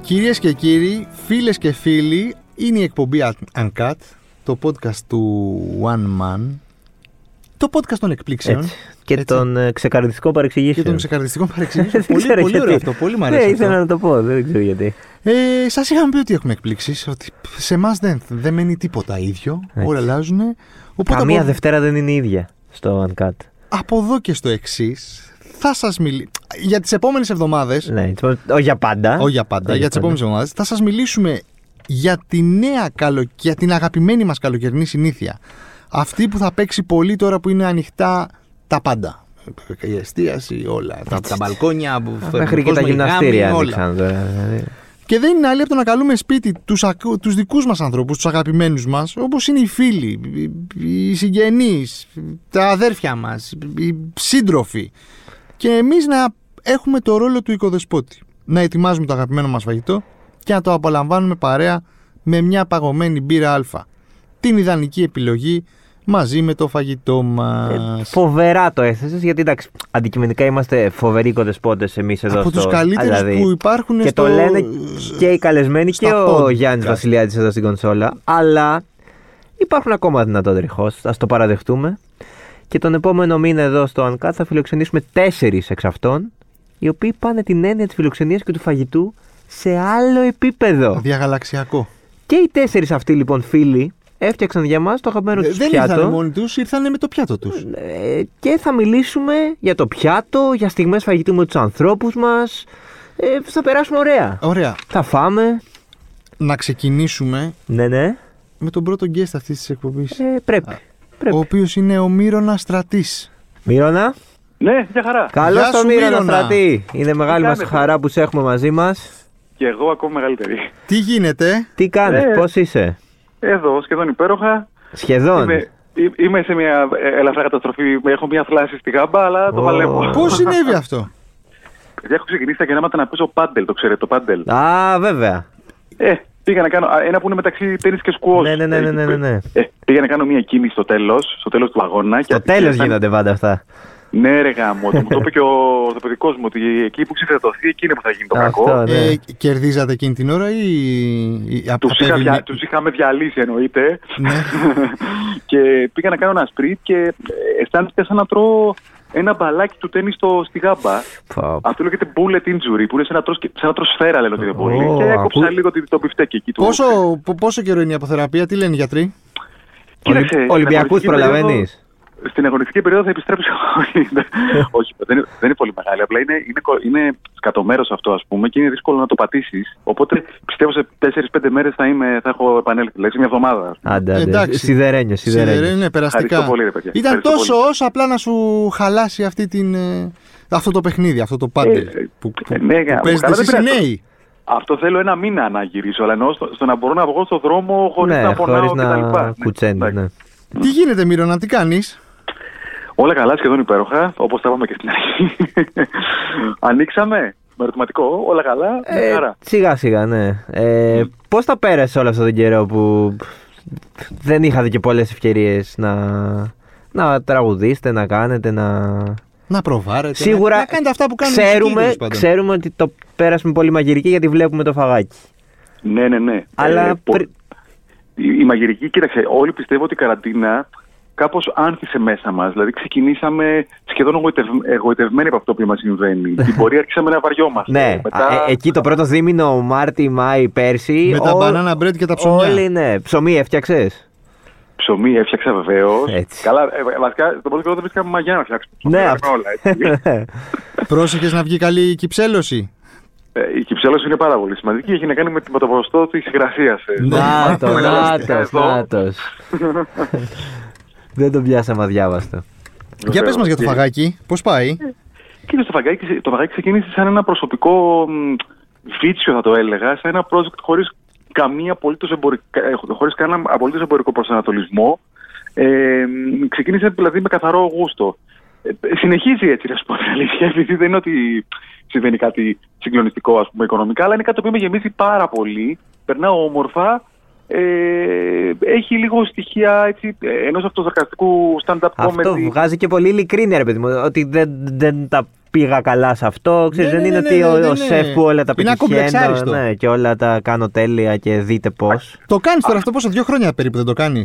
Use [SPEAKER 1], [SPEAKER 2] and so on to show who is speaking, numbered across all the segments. [SPEAKER 1] Κυρίες και κύριοι, φίλες και φίλοι, είναι η εκπομπή Uncut, το podcast του One Man, το podcast των εκπλήξεων.
[SPEAKER 2] Έτσι. Και
[SPEAKER 1] Έτσι.
[SPEAKER 2] τον ε, ξεκαρδιστικό
[SPEAKER 1] Και
[SPEAKER 2] παρεξηγήσεων.
[SPEAKER 1] των ξεκαρδιστικών παρεξηγήσεων.
[SPEAKER 2] Δεν
[SPEAKER 1] πολύ,
[SPEAKER 2] ξέρω
[SPEAKER 1] πολύ ωραίο
[SPEAKER 2] γιατί.
[SPEAKER 1] αυτό. Πολύ μου
[SPEAKER 2] Ναι,
[SPEAKER 1] αρέσει.
[SPEAKER 2] ήθελα
[SPEAKER 1] αυτό.
[SPEAKER 2] να το πω, δεν ξέρω γιατί.
[SPEAKER 1] Ε, Σας είχαμε πει ότι έχουμε εκπλήξεις. Ότι σε εμάς δεν, δεν μένει τίποτα ίδιο.
[SPEAKER 2] Έτσι.
[SPEAKER 1] Όλα αλλάζουν. Οπότε
[SPEAKER 2] Καμία
[SPEAKER 1] από,
[SPEAKER 2] Δευτέρα δεν είναι η ίδια στο Uncut.
[SPEAKER 1] από εδώ και στο εξής θα σας μιλήσω. Για τις επόμενες εβδομάδες.
[SPEAKER 2] Ναι, έτσι, όχι για πάντα.
[SPEAKER 1] Όχι για πάντα,
[SPEAKER 2] Όχι
[SPEAKER 1] για τι επόμενες εβδομάδες. Θα σας μιλήσουμε για τη νέα καλο... για την αγαπημένη μας καλοκαιρινή συνήθεια. Αυτή που θα παίξει πολύ τώρα που είναι ανοιχτά τα πάντα. Η εστίαση, όλα. Τα, τα μπαλκόνια, που
[SPEAKER 2] Μέχρι και
[SPEAKER 1] κόσμος, οι
[SPEAKER 2] τα
[SPEAKER 1] γάμοι,
[SPEAKER 2] γυμναστήρια
[SPEAKER 1] όλα.
[SPEAKER 2] ανοίξαν τώρα. δηλαδή.
[SPEAKER 1] Και δεν είναι άλλη από το να καλούμε σπίτι τους, ακου- τους δικούς μας ανθρώπους, τους αγαπημένους μας, όπως είναι οι φίλοι, οι- οι συγγενείς, τα αδέρφια μας, οι σύντροφοι. Και εμείς να έχουμε το ρόλο του οικοδεσπότη. Να ετοιμάζουμε το αγαπημένο μας φαγητό και να το απολαμβάνουμε παρέα με μια παγωμένη μπύρα α. Την ιδανική επιλογή μαζί με το φαγητό
[SPEAKER 2] Ε,
[SPEAKER 1] μας.
[SPEAKER 2] Φοβερά το έθεσες, γιατί εντάξει, αντικειμενικά είμαστε φοβεροί οικοδεσπότες εμείς Ε, εδώ
[SPEAKER 1] από
[SPEAKER 2] στο
[SPEAKER 1] τους καλύτερους
[SPEAKER 2] δηλαδή,
[SPEAKER 1] που υπάρχουν
[SPEAKER 2] Και
[SPEAKER 1] στο...
[SPEAKER 2] το λένε και οι καλεσμένοι
[SPEAKER 1] στα
[SPEAKER 2] και ο
[SPEAKER 1] podcast.
[SPEAKER 2] Γιάννη Βασιλιάδης εδώ στην κονσόλα. Αλλά υπάρχουν ακόμα δυνατότεροι hosts, ας το παραδεχτούμε. Και τον επόμενο μήνα εδώ στο Uncut θα φιλοξενήσουμε τέσσερις εξ αυτών, οι οποίοι πάνε την έννοια της φιλοξενίας και του φαγητού σε άλλο επίπεδο.
[SPEAKER 1] Διαγαλαξιακό.
[SPEAKER 2] Και οι τέσσερις αυτοί λοιπόν φίλοι έφτιαξαν για μας το αγαπημένο τους
[SPEAKER 1] Δεν
[SPEAKER 2] πιάτο.
[SPEAKER 1] ήρθανε μόνοι τους, ήρθανε με το πιάτο τους.
[SPEAKER 2] Ε, και θα μιλήσουμε για το πιάτο, για στιγμές φαγητού με τους ανθρώπους μας. Ε, θα περάσουμε ωραία.
[SPEAKER 1] Ωραία.
[SPEAKER 2] Θα φάμε.
[SPEAKER 1] Να ξεκινήσουμε
[SPEAKER 2] Ναι, ναι.
[SPEAKER 1] με τον πρώτο guest αυτής της εκπομπής.
[SPEAKER 2] Ε, πρέπει. πρέπει.
[SPEAKER 1] Ο οποίος είναι ο Μύρονα Στρατής.
[SPEAKER 2] Μύρονα.
[SPEAKER 3] Ναι, μια χαρά.
[SPEAKER 2] Καλώς
[SPEAKER 1] σου,
[SPEAKER 2] τον Μύρονα
[SPEAKER 1] Μύρονα.
[SPEAKER 2] Στρατή. Είναι μεγάλη
[SPEAKER 3] Τι
[SPEAKER 2] μας
[SPEAKER 3] κάνετε?
[SPEAKER 2] χαρά που σε έχουμε μαζί μας.
[SPEAKER 3] Και εγώ ακόμα μεγαλύτερη.
[SPEAKER 1] Τι γίνεται,
[SPEAKER 2] Τι κάνεις,
[SPEAKER 3] Ε.
[SPEAKER 2] πώς είσαι.
[SPEAKER 3] Εδώ, σχεδόν υπέροχα.
[SPEAKER 2] Σχεδόν.
[SPEAKER 3] Είμαι, εί- είμαι σε μια ε, ελαφρά καταστροφή. Έχω μια θλάση στη γάμπα, αλλά το
[SPEAKER 2] Ω.
[SPEAKER 3] παλεύω.
[SPEAKER 1] Πώς συνέβη αυτό,
[SPEAKER 3] Παιδιά, έχω ξεκινήσει τα γεννήματα να παίζω πάντελ, το ξέρετε, το πάντελ.
[SPEAKER 2] Α, βέβαια.
[SPEAKER 3] Ε, πήγα να κάνω α, ένα που είναι μεταξύ τέννης και σκουός.
[SPEAKER 2] Ναι, ναι, ναι, ναι, ναι, ναι, ναι.
[SPEAKER 3] Ε, πήγα να κάνω μια κίνηση στο τέλος, στο τέλος του αγώνα.
[SPEAKER 2] Στο τέλος γίνονται πάντα αυτά.
[SPEAKER 3] Ναι, ρε γάμο, το μου το είπε και ο ορθοπαιδικό μου ότι εκεί που ξεφερτωθεί, εκεί είναι που θα γίνει το
[SPEAKER 2] Αυτό.
[SPEAKER 3] κακό.
[SPEAKER 2] Ναι.
[SPEAKER 1] ε, Κερδίζατε εκείνη την ώρα ή. ή
[SPEAKER 3] Τους είχα,
[SPEAKER 1] απέβη-
[SPEAKER 3] δια- τους είχαμε διαλύσει εννοείται.
[SPEAKER 1] Ναι.
[SPEAKER 3] και πήγα να κάνω ένα σπριτ και ε, αισθάνθηκα σαν να τρώω ένα μπαλάκι του τέννη στο, στη γάμπα.
[SPEAKER 2] Πω, πω.
[SPEAKER 3] Αυτό λέγεται bullet injury, που είναι σαν να τρως, και- σαν να τρως σφαίρα, λένε ότι είναι πολύ.
[SPEAKER 2] Ω,
[SPEAKER 3] και έκοψα
[SPEAKER 2] ακού-
[SPEAKER 3] λίγο το, το μπιφτέκι εκεί. του.
[SPEAKER 1] Πόσο, πο- πόσο καιρό είναι η αποθεραπεία, τι λένε οι γιατροί.
[SPEAKER 3] Κοίταξε, ε,
[SPEAKER 2] Ολυ-
[SPEAKER 3] στην
[SPEAKER 2] Ολυμπιακούς
[SPEAKER 3] αγωνιστική
[SPEAKER 2] προλαβαίνεις.
[SPEAKER 3] περίοδο- Στην αγωνιστική περίοδο θα επιστρέψω. Όχι, δεν- Όχι, δεν, είναι- δεν είναι πολύ μεγάλη. Απλά είναι, είναι, κο- είναι σκατομέρο αυτό, ας πούμε, και είναι δύσκολο να το πατήσεις. Οπότε πιστεύω σε 4-5 μέρες θα, είμαι- θα έχω επανέλθει. Δηλαδή σε μια εβδομάδα, ας πούμε.
[SPEAKER 2] Άντε, άντε.
[SPEAKER 1] Εντάξει.
[SPEAKER 2] Σιδερένιο,
[SPEAKER 1] Σιδερένιο,
[SPEAKER 2] σιδερένιο.
[SPEAKER 1] ναι, περαστικά.
[SPEAKER 3] Ευχαριστώ πολύ, ρε παιδιά.
[SPEAKER 1] Ήταν
[SPEAKER 3] Ευχαριστώ
[SPEAKER 1] τόσο όσο απλά να σου χαλάσει αυτή την, ε, αυτό το παιχνίδι, αυτό το πάντελ
[SPEAKER 3] Ε,
[SPEAKER 1] που, που,
[SPEAKER 3] ε, ναι,
[SPEAKER 1] που
[SPEAKER 3] γάμο,
[SPEAKER 1] παίζετε
[SPEAKER 3] καλά, δεν
[SPEAKER 1] εσείς οι
[SPEAKER 3] πειράζει.
[SPEAKER 1] νέοι.
[SPEAKER 3] Αυτό θέλω ένα μήνα να γυρίσω, αλλά εννοώ στο, στο να μπορώ να βγω στον δρόμο χωρίς
[SPEAKER 2] Ναι,
[SPEAKER 3] να πονάω
[SPEAKER 2] χωρίς
[SPEAKER 3] κτλ.
[SPEAKER 2] να κουτσένει.
[SPEAKER 3] εντάξει.
[SPEAKER 2] ναι.
[SPEAKER 1] Τι γίνεται, Μύρονα, τι κάνεις.
[SPEAKER 3] Όλα καλά, σχεδόν υπέροχα, όπως τα είπαμε και στην αρχή. Ανοίξαμε με ερωτηματικό, όλα καλά. μια χαρά.
[SPEAKER 2] Ε, σιγά σιγά, ναι. Ε, Πώς τα πέρασε όλο αυτόν τον καιρό που δεν είχατε και πολλές ευκαιρίες να, να τραγουδήσετε, να κάνετε, να.
[SPEAKER 1] Να προβάρετε.
[SPEAKER 2] Σίγουρα
[SPEAKER 1] να, να κάνετε αυτά που κάνουν οι μουσικοί,
[SPEAKER 2] ξέρουμε,
[SPEAKER 1] τέλος πάντων.
[SPEAKER 2] ξέρουμε ότι το πέρασαμε πολύ μαγειρική γιατί βλέπουμε το φαγάκι.
[SPEAKER 3] Ναι, ναι, ναι.
[SPEAKER 2] Αλλά
[SPEAKER 3] Ε, πο-
[SPEAKER 2] πρι-
[SPEAKER 3] η, η μαγειρική, κοίταξε, όλοι πιστεύω ότι η καραντίνα κάπως άνθησε μέσα μας. Δηλαδή, ξεκινήσαμε σχεδόν εγωιτευ- εγωιτευμένοι από αυτό που μας συμβαίνει. Την πορεία αρχίσαμε να βαριόμαστε.
[SPEAKER 2] Ναι,
[SPEAKER 3] Μετά...
[SPEAKER 2] α, ε, εκεί το πρώτο δίμηνο Μάρτι, Μάη, πέρσι.
[SPEAKER 1] Με τα banana bread και τα ψωμιά.
[SPEAKER 2] Όλοι, ναι. Ψωμί έφτιαξες.
[SPEAKER 3] Ψωμί έφτιαξα βεβαίως.
[SPEAKER 2] Έτσι.
[SPEAKER 3] Καλά, ε, ε, βασικά τον πρώτο καιρό δεν βρίσκαμε μαγιά να φτιάξουμε.
[SPEAKER 2] Ναι,
[SPEAKER 3] Κάναμε
[SPEAKER 2] αυτό.
[SPEAKER 3] όλα, έτσι.
[SPEAKER 1] Πρόσεχες να βγει καλή η κυψέλωση.
[SPEAKER 3] Ε, η κυψέλωση είναι πάρα πολύ σημαντική. Έχει να κάνει με, τη- με το ποσοστό ε. της υγρασίας.
[SPEAKER 1] Ναι.
[SPEAKER 2] Νάτο,
[SPEAKER 3] Μεγάλωστε
[SPEAKER 2] νάτος,
[SPEAKER 3] εδώ.
[SPEAKER 2] νάτος. Δεν τον πιάσαμε αδιάβαστο.
[SPEAKER 1] Για πες μας για το φαγάκι, πώς πάει.
[SPEAKER 3] Κοίτα, το φαγάκι, ξε- το φαγάκι ξεκίνησε σαν ένα προσωπικό μ, βίτσιο, θα το έλεγα, σαν ένα project χωρίς καμία απολύτως εμπορικα- ε, χωρίς κανένα απολύτως εμπορικό προσανατολισμό. Ε, μ, ξεκίνησε δηλαδή με καθαρό γούστο. Ε, συνεχίζει έτσι, να σου πω την αλήθεια, επειδή δεν είναι ότι συμβαίνει κάτι συγκλονιστικό, ας πούμε, οικονομικά, αλλά είναι κάτι που με γεμίζει πάρα πολύ. Περνάω όμορφα. Ε, έχει λίγο στοιχεία έτσι, ενός αυτοσαρκαστικού stand-up comedy.
[SPEAKER 2] Αυτό βγάζει και πολύ ειλικρίνεια, ρε παιδί μου. Ότι δεν, δεν τα πήγα καλά σε αυτό. Ξέρεις,
[SPEAKER 1] Ναι,
[SPEAKER 2] δεν
[SPEAKER 1] ναι,
[SPEAKER 2] είναι
[SPEAKER 1] ναι,
[SPEAKER 2] ότι
[SPEAKER 1] ναι,
[SPEAKER 2] ο,
[SPEAKER 1] ναι,
[SPEAKER 2] ο
[SPEAKER 1] ναι.
[SPEAKER 2] σεφ που όλα τα
[SPEAKER 1] Είναι
[SPEAKER 2] πετυχαίνω
[SPEAKER 1] ακομπλεξάριστο.
[SPEAKER 2] ναι, και όλα τα κάνω τέλεια και δείτε πώς.
[SPEAKER 1] Το κάνεις τώρα αυτό πόσο, δύο χρόνια περίπου δεν το κάνεις.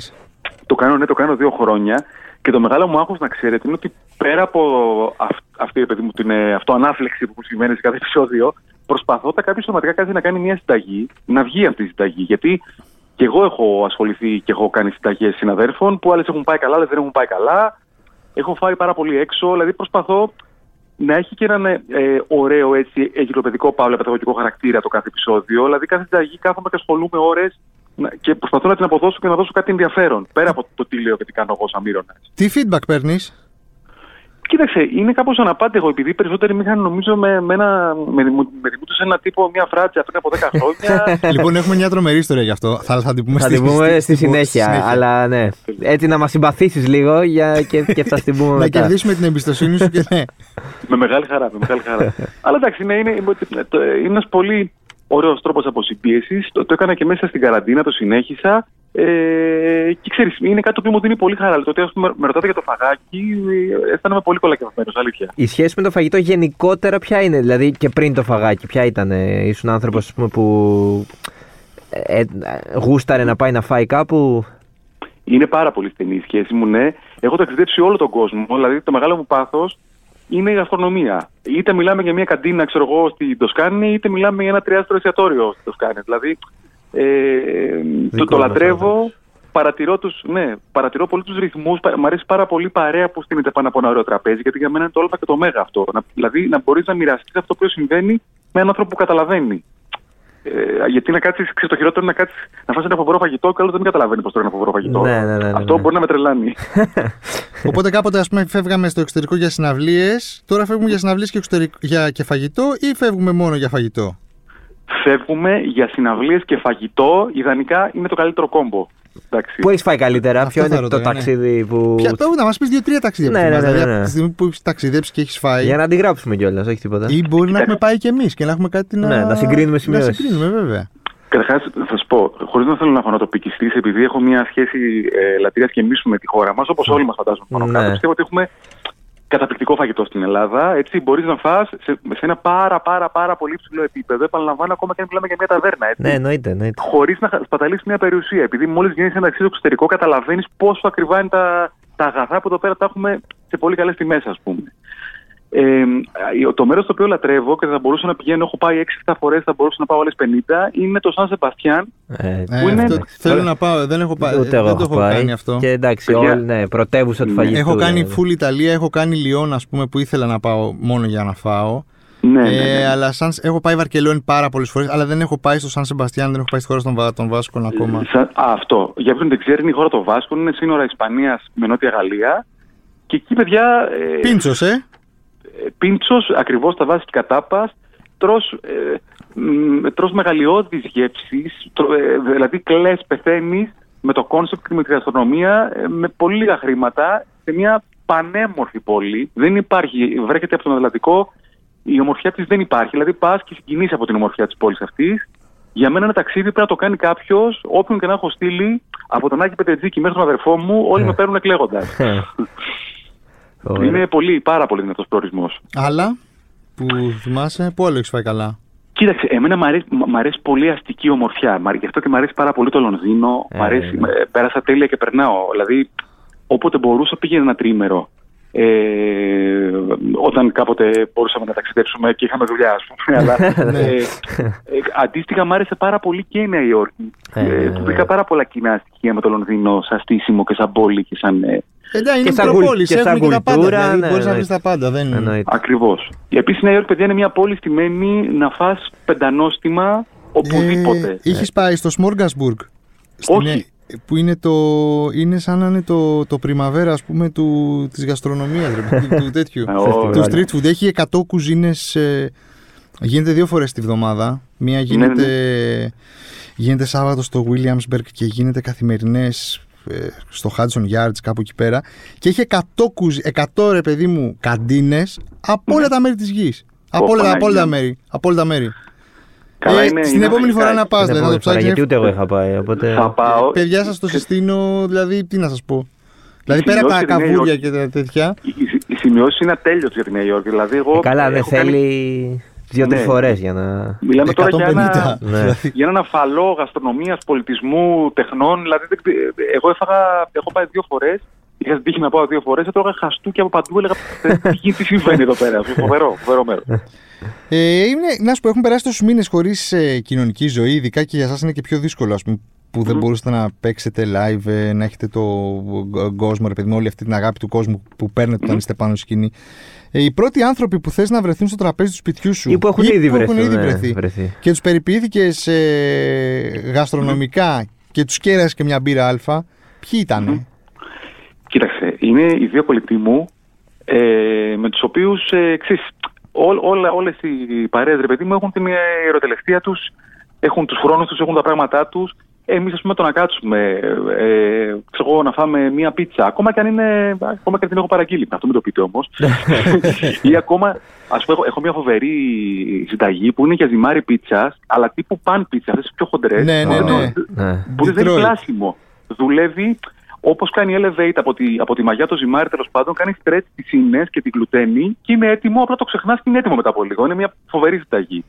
[SPEAKER 3] Το κάνω, ναι, το κάνω δύο χρόνια. Και το μεγάλο μου άγχος να ξέρετε είναι ότι πέρα από αυ, αυτή ρε παιδί μου, την ε, αυτοανάφλεξη που μου συμβαίνει σε κάθε επεισόδιο, προσπαθώ τα κάποιο σωματικά κάθε να κάνει μια συνταγή, να βγει αυτή η συνταγή. Γιατί και εγώ έχω ασχοληθεί και έχω κάνει συνταγές συναδέρφων που άλλες έχουν πάει καλά, άλλες δεν έχουν πάει καλά. Έχω φάει πάρα πολύ έξω, δηλαδή προσπαθώ να έχει και έναν ε, ε, ωραίο έτσι εγκυκλοπαιδικό παύλα παιδαγωγικό χαρακτήρα το κάθε επεισόδιο. Δηλαδή κάθε συνταγή κάθομαι και ασχολούμαι ώρες και προσπαθώ να την αποδώσω και να δώσω κάτι ενδιαφέρον. Πέρα από το τι λέω και τι κάνω εγώ σαν μύρωνα.
[SPEAKER 1] Τι feedback παίρνεις.
[SPEAKER 3] Κοίταξε, είναι κάπως αναπάντεχο επειδή οι περισσότεροι με είχαν νομίζω με, με, ένα, με, μου- με δημιούργησε ένα τύπο, μια φράτζα πριν από 10 χρόνια.
[SPEAKER 1] λοιπόν, έχουμε μια τρομερή ιστορία γι' αυτό. Θα, θα την πούμε,
[SPEAKER 2] Ε. Θα
[SPEAKER 1] στη,
[SPEAKER 2] την πούμε στη συνέχεια.
[SPEAKER 1] συνέχεια.
[SPEAKER 2] Αλλά ναι, έτσι να μας συμπαθήσεις λίγο για, και, και θα την πούμε
[SPEAKER 1] Να
[SPEAKER 2] μετά.
[SPEAKER 1] κερδίσουμε την εμπιστοσύνη σου και ναι.
[SPEAKER 3] με μεγάλη χαρά, με μεγάλη χαρά. Αλλά εντάξει, ναι, είναι, είναι, το- είναι ένας πολύ ωραίος τρόπος αποσυμπίεσης. Το, το έκανα και μέσα στην καραντίνα, το συνέχισα. Ε, και ξέρεις, είναι κάτι το οποίο μου δίνει πολύ χαρά. Δηλαδή, Το ότι ας πούμε, με ρωτάτε για το φαγάκι, ε, αισθάνομαι πολύ κολακευμένος, αλήθεια.
[SPEAKER 2] Η σχέση με το φαγητό γενικότερα ποια είναι, δηλαδή και πριν το φαγάκι, ποια ήταν. ε, Ήσουν άνθρωπος που ε, ε, γούσταρε να πάει να φάει κάπου.
[SPEAKER 3] Είναι πάρα πολύ στενή η σχέση μου, ναι. Έχω ταξιδέψει όλο τον κόσμο. Δηλαδή, το μεγάλο μου πάθος είναι η γαστρονομία. Είτε μιλάμε για μια καντίνα, ξέρω εγώ, στην Τοσκάνη, είτε μιλάμε για ένα τριάστρο εστιατόριο στην Τοσκάνη. Δηλαδή, ε, το, το
[SPEAKER 2] μας
[SPEAKER 3] λατρεύω.
[SPEAKER 2] άνθρωπος.
[SPEAKER 3] Παρατηρώ, τους, ναι, παρατηρώ πολύ τους ρυθμούς. Μ' αρέσει πάρα πολύ η παρέα που στείνεται πάνω από ένα ωραίο τραπέζι, γιατί για μένα είναι το όλο και το μέγα αυτό. Να, δηλαδή, να μπορείς να μοιραστείς αυτό που συμβαίνει με έναν άνθρωπο που καταλαβαίνει. Ε, γιατί να κάτσεις, ξέρεις το χειρότερο είναι να κάτσεις να φας ένα φοβερό φαγητό και άλλο δεν καταλαβαίνει πώ τρώει ένα φοβερό φαγητό.
[SPEAKER 2] Ναι, ναι, ναι, ναι,
[SPEAKER 3] Αυτό
[SPEAKER 2] ναι.
[SPEAKER 3] μπορεί να με τρελάνει.
[SPEAKER 1] Οπότε κάποτε ας πούμε φεύγαμε στο εξωτερικό για συναυλίες, τώρα φεύγουμε για συναυλίες και, εξωτερικ- για... και φαγητό ή φεύγουμε μόνο για φαγητό.
[SPEAKER 3] Φεύγουμε για συναυλίες και φαγητό. Ιδανικά είναι το καλύτερο κόμπο. Εντάξει.
[SPEAKER 2] Πού έχεις φάει καλύτερα,
[SPEAKER 1] Αυτό
[SPEAKER 2] ποιο
[SPEAKER 1] θα
[SPEAKER 2] είναι το
[SPEAKER 1] ρωτώ, ναι.
[SPEAKER 2] ταξίδι που.
[SPEAKER 1] Ποια... Τώρα να μας πεις δύο-τρία ταξίδια που
[SPEAKER 2] Ναι,
[SPEAKER 1] θυμάσαι,
[SPEAKER 2] ναι, ναι,
[SPEAKER 1] δηλαδή
[SPEAKER 2] ναι.
[SPEAKER 1] από τη στιγμή που έχεις ταξιδέψει και έχεις φάει
[SPEAKER 2] Για να αντιγράψουμε κιόλας, όχι τίποτα.
[SPEAKER 1] Ε, ή μπορεί να έχουμε πάει κι εμείς και να έχουμε κάτι να...
[SPEAKER 2] Ναι, να συγκρίνουμε
[SPEAKER 1] Να
[SPEAKER 2] σημειώσεις.
[SPEAKER 1] συγκρίνουμε βέβαια.
[SPEAKER 3] Καταρχάς, θα σα πω, χωρίς να θέλω να φανατοπικιστή, επειδή έχω μια σχέση ε, λατρείας και μίσου με τη χώρα μας, όπως όλοι μας φαντάζομαι πάνω
[SPEAKER 2] Ναι.
[SPEAKER 3] κάτω, πιστεύω ότι έχουμε καταπληκτικό φαγητό στην Ελλάδα. Έτσι, μπορείς να φας σε, σε, ένα πάρα πάρα πάρα πολύ ψηλό επίπεδο. Επαναλαμβάνω, ακόμα και αν μιλάμε για μια ταβέρνα. Έτσι.
[SPEAKER 2] Ναι, εννοείται, εννοείται.
[SPEAKER 3] χωρίς να σπαταλήσεις μια περιουσία. Επειδή μόλις γίνει ένα ταξίδι στο εξωτερικό, καταλαβαίνεις πόσο ακριβά είναι τα, τα αγαθά που εδώ πέρα τα έχουμε σε πολύ καλές τιμές, ας πούμε. Ε, το μέρος το οποίο λατρεύω και θα μπορούσα να πηγαίνω, έχω πάει 6-7 φορές, θα μπορούσα να πάω άλλες 50, είναι το Σαν Σεμπαστιάν.
[SPEAKER 2] Ε,
[SPEAKER 1] Ε,
[SPEAKER 3] Πού είναι?
[SPEAKER 1] αυτό Θέλω να πάω, δεν έχω, πάει,
[SPEAKER 2] Ούτε
[SPEAKER 1] δεν
[SPEAKER 2] εγώ
[SPEAKER 1] το έχω
[SPEAKER 2] πάει.
[SPEAKER 1] κάνει αυτό.
[SPEAKER 2] Και εντάξει,
[SPEAKER 3] Παιδιά.
[SPEAKER 2] όλη, ναι, πρωτεύουσα του
[SPEAKER 3] Ναι.
[SPEAKER 2] φαγητού.
[SPEAKER 1] Έχω κάνει
[SPEAKER 2] δηλαδή.
[SPEAKER 1] full Ιταλία, έχω κάνει Λιόν, ας πούμε, που ήθελα να πάω μόνο για να φάω.
[SPEAKER 3] Ναι, ναι, ναι.
[SPEAKER 1] Ε, αλλά σαν, έχω πάει Βαρκελόνη πάρα πολλές φορές, αλλά δεν έχω πάει στο Σαν Σεμπαστιάν, δεν έχω πάει στη χώρα των, Βα- των Βάσκων ακόμα.
[SPEAKER 3] Σαν- α, αυτό. Για όποιον δεν ξέρει, είναι η χώρα των Βάσκων, είναι σύνορα Ισπανίας με Νότια Γαλλία. Και εκεί, παιδιά. ε,
[SPEAKER 1] Πίντσος, ε!
[SPEAKER 3] πίντσος, ακριβώς στα βάση τη κατάπα, τρώ ε, μ, τρως μεγαλειώδεις γεύσεις, τρο- ε, δηλαδή κλαις, πεθαίνεις με το κόνσεπτ και με τη γαστρονομία, ε, με πολύ λίγα χρήματα, σε μια πανέμορφη πόλη. Δεν υπάρχει, βρέχεται από τον Ατλαντικό, η ομορφιά της δεν υπάρχει. Δηλαδή πας και συγκινείς από την ομορφιά της πόλης αυτής. Για μένα ένα ταξίδι πρέπει να το κάνει κάποιος, όποιον και να έχω στείλει, από τον Άκη Πετρετζίκη μέχρι τον αδερφό μου, όλοι με παίρνουν εκλέγοντας.
[SPEAKER 2] Ωραία.
[SPEAKER 3] Είναι πολύ, πάρα πολύ δυνατός προορισμός.
[SPEAKER 1] Αλλά που θυμάσαι, πού άλλο έχεις φάει καλά.
[SPEAKER 3] Κοίταξε, εμένα μ' αρέσει, μ' αρέσει πολύ αστική ομορφιά. Μ' αρέ- Γι' αυτό και μ' αρέσει πάρα πολύ το Λονδίνο.
[SPEAKER 2] Ε,
[SPEAKER 3] μ' αρέσει,
[SPEAKER 2] ναι.
[SPEAKER 3] ε, πέρασα τέλεια και περνάω. Δηλαδή, όποτε μπορούσα πήγαινα ένα τρίμερο. Ε, όταν κάποτε μπορούσαμε να ταξιδέψουμε και είχαμε δουλειά, ας πούμε. Αλλά,
[SPEAKER 1] Ναι.
[SPEAKER 3] ε, ε, αντίστοιχα, μ' άρεσε πάρα πολύ και η Νέα Υόρκη.
[SPEAKER 2] Ε,
[SPEAKER 3] Ε,
[SPEAKER 2] ναι,
[SPEAKER 3] του
[SPEAKER 2] ναι.
[SPEAKER 3] βρήκα πάρα πολλά κοινά στοιχεία με το Λονδίνο, σαν στήσιμο και σαν πόλη και σαν. Ε,
[SPEAKER 1] Εντάξει, είναι
[SPEAKER 2] Και σαν
[SPEAKER 1] Μητροπόλη,
[SPEAKER 2] κουλ- και
[SPEAKER 1] έχουν
[SPEAKER 2] σαν
[SPEAKER 1] και τα πάντα.
[SPEAKER 2] κουλτούρα,
[SPEAKER 1] Δηλαδή,
[SPEAKER 2] ναι,
[SPEAKER 1] μπορείς να
[SPEAKER 2] ναι.
[SPEAKER 1] βρεις τα πάντα. Δεν...
[SPEAKER 2] Εννοείται.
[SPEAKER 3] Ακριβώς. Επίσης, η Νέα Υόρκη, παιδιά, είναι μια πόλη στημένη να φας πεντανόστιμα οπουδήποτε. Ναι.
[SPEAKER 1] Είχες Ε, πάει στο Σμόργασμπουργκ. Ε,
[SPEAKER 3] Όχι.
[SPEAKER 1] Που είναι, το, είναι σαν να είναι το, το πριμαβέρα, ας πούμε, του, της γαστρονομίας, ρε, του, του τέτοιου.
[SPEAKER 3] Ε, ο-
[SPEAKER 1] του street food. Έχει 100 κουζίνες, ε, γίνεται δύο φορές τη βδομάδα. Μία
[SPEAKER 3] Ναι,
[SPEAKER 1] γίνεται, γίνεται Σάββατο στο Williamsburg και γίνεται καθημερινές ε, στο Hudson Yards κάπου εκεί πέρα. Και έχει 100, κουζι, 100 ρε παιδί μου καντίνες
[SPEAKER 3] Ναι.
[SPEAKER 1] από όλα τα μέρη της γης. Από όλα, τα- από όλα τα μέρη. Από όλα τα μέρη.
[SPEAKER 3] Καλά
[SPEAKER 1] Ε,
[SPEAKER 3] είναι-
[SPEAKER 1] στην
[SPEAKER 3] είναι
[SPEAKER 1] επόμενη
[SPEAKER 3] αφρικά.
[SPEAKER 1] φορά να πας,
[SPEAKER 2] Είναι
[SPEAKER 1] δηλαδή, να το
[SPEAKER 2] πολύ φορά,
[SPEAKER 1] ψάξεις.
[SPEAKER 2] γιατί ούτε εγώ είχα πάει. Οπότε...
[SPEAKER 3] Θα πάω.
[SPEAKER 1] Ε, Παιδιά, σας το συστήνω, δηλαδή, τι να σας πω. Δηλαδή,
[SPEAKER 3] Η
[SPEAKER 1] πέρα από τα
[SPEAKER 3] Υιόρκη δεν είναι
[SPEAKER 2] ναι,
[SPEAKER 1] καβούρια
[SPEAKER 3] Υιόρκη.
[SPEAKER 1] και τα τέτοια.
[SPEAKER 3] Η, η, η σημειώσεις είναι ατέλειωτες για τη Νέα Υόρκη. Δηλαδή, εγώ.
[SPEAKER 2] Ε, καλά, δεν
[SPEAKER 3] έχω κάνει-
[SPEAKER 2] θέλει δύο-τρει
[SPEAKER 3] Ναι.
[SPEAKER 2] φορές για να.
[SPEAKER 3] Μιλάμε τώρα για
[SPEAKER 1] 150.
[SPEAKER 3] ένα,
[SPEAKER 2] Ναι.
[SPEAKER 1] Δηλαδή,
[SPEAKER 3] για έναν αφαλό γαστρονομία, πολιτισμού, τεχνών. Δηλαδή, δεν ξε- εγώ έφαγα, έχω πάει δύο φορές. Είχα την τύχη να πάω δύο φορές. Έτρωγα χαστούκι από παντού. Έλεγα «Τι- τι- τι συμβαίνει εδώ πέρα. Φοβερό, φοβερό μέρος.
[SPEAKER 1] Ε, είναι, να σου πω, έχουν περάσει τόσους μήνες χωρίς ε, κοινωνική ζωή, ειδικά και για εσά είναι και πιο δύσκολο, ας πούμε, που δεν
[SPEAKER 3] Μμμ.
[SPEAKER 1] μπορούσατε να παίξετε live, ε, να έχετε το ε, κόσμο, ρε παιδί μου, όλη αυτή την αγάπη του κόσμου που παίρνετε όταν είστε πάνω στη σκηνή. Ε, οι πρώτοι άνθρωποι που θες να βρεθούν στο τραπέζι του σπιτιού σου.
[SPEAKER 2] ή που έχουν ήδη
[SPEAKER 1] που έχουν
[SPEAKER 2] βρεθεί.
[SPEAKER 1] ήδη
[SPEAKER 2] ναι,
[SPEAKER 1] βρεθεί.
[SPEAKER 2] βρεθεί.
[SPEAKER 1] Και τους περιποιήθηκες γαστρονομικά και τους κέρασες και μια μπύρα Α. Ποιοι ήταν,
[SPEAKER 3] Μμμ. Κοίταξε, είναι οι δύο κολλητοί μου ε, με τους οποίους ε, ξέρεις, ό, όλα, όλες οι παρέες ρε παιδί μου έχουν την ε, ιεροτελευτία τους, έχουν τους χρόνους τους, έχουν τα πράγματά τους. Εμείς ας πούμε το να κάτσουμε, ε, ε, ξέρω εγώ, να φάμε μία πίτσα, ακόμα και αν είναι, ακόμα και αν την έχω παραγγείλει, αυτό μην το πείτε όμως.
[SPEAKER 1] Ναι.
[SPEAKER 3] Ή ακόμα, ας πούμε, έχω, έχω μία φοβερή συνταγή που είναι για ζυμάρι πίτσας, αλλά τύπου παν πίτσας, αυτές τις πιο χοντρές.
[SPEAKER 1] Ναι,
[SPEAKER 3] που
[SPEAKER 1] ναι,
[SPEAKER 3] δεν το-
[SPEAKER 1] ναι.
[SPEAKER 2] Ναι.
[SPEAKER 3] που δεν είναι
[SPEAKER 1] Detroit.
[SPEAKER 3] πλάσιμο. Δουλεύει όπως κάνει elevate από τη, από τη μαγιά το ζυμάρι τέλος πάντων, κάνει stretch τις ίνες και την γλουτένη και είναι έτοιμο, απλά το ξεχνάς και είναι έτοιμο μετά από λίγο. Είναι μια φοβερή συνταγή.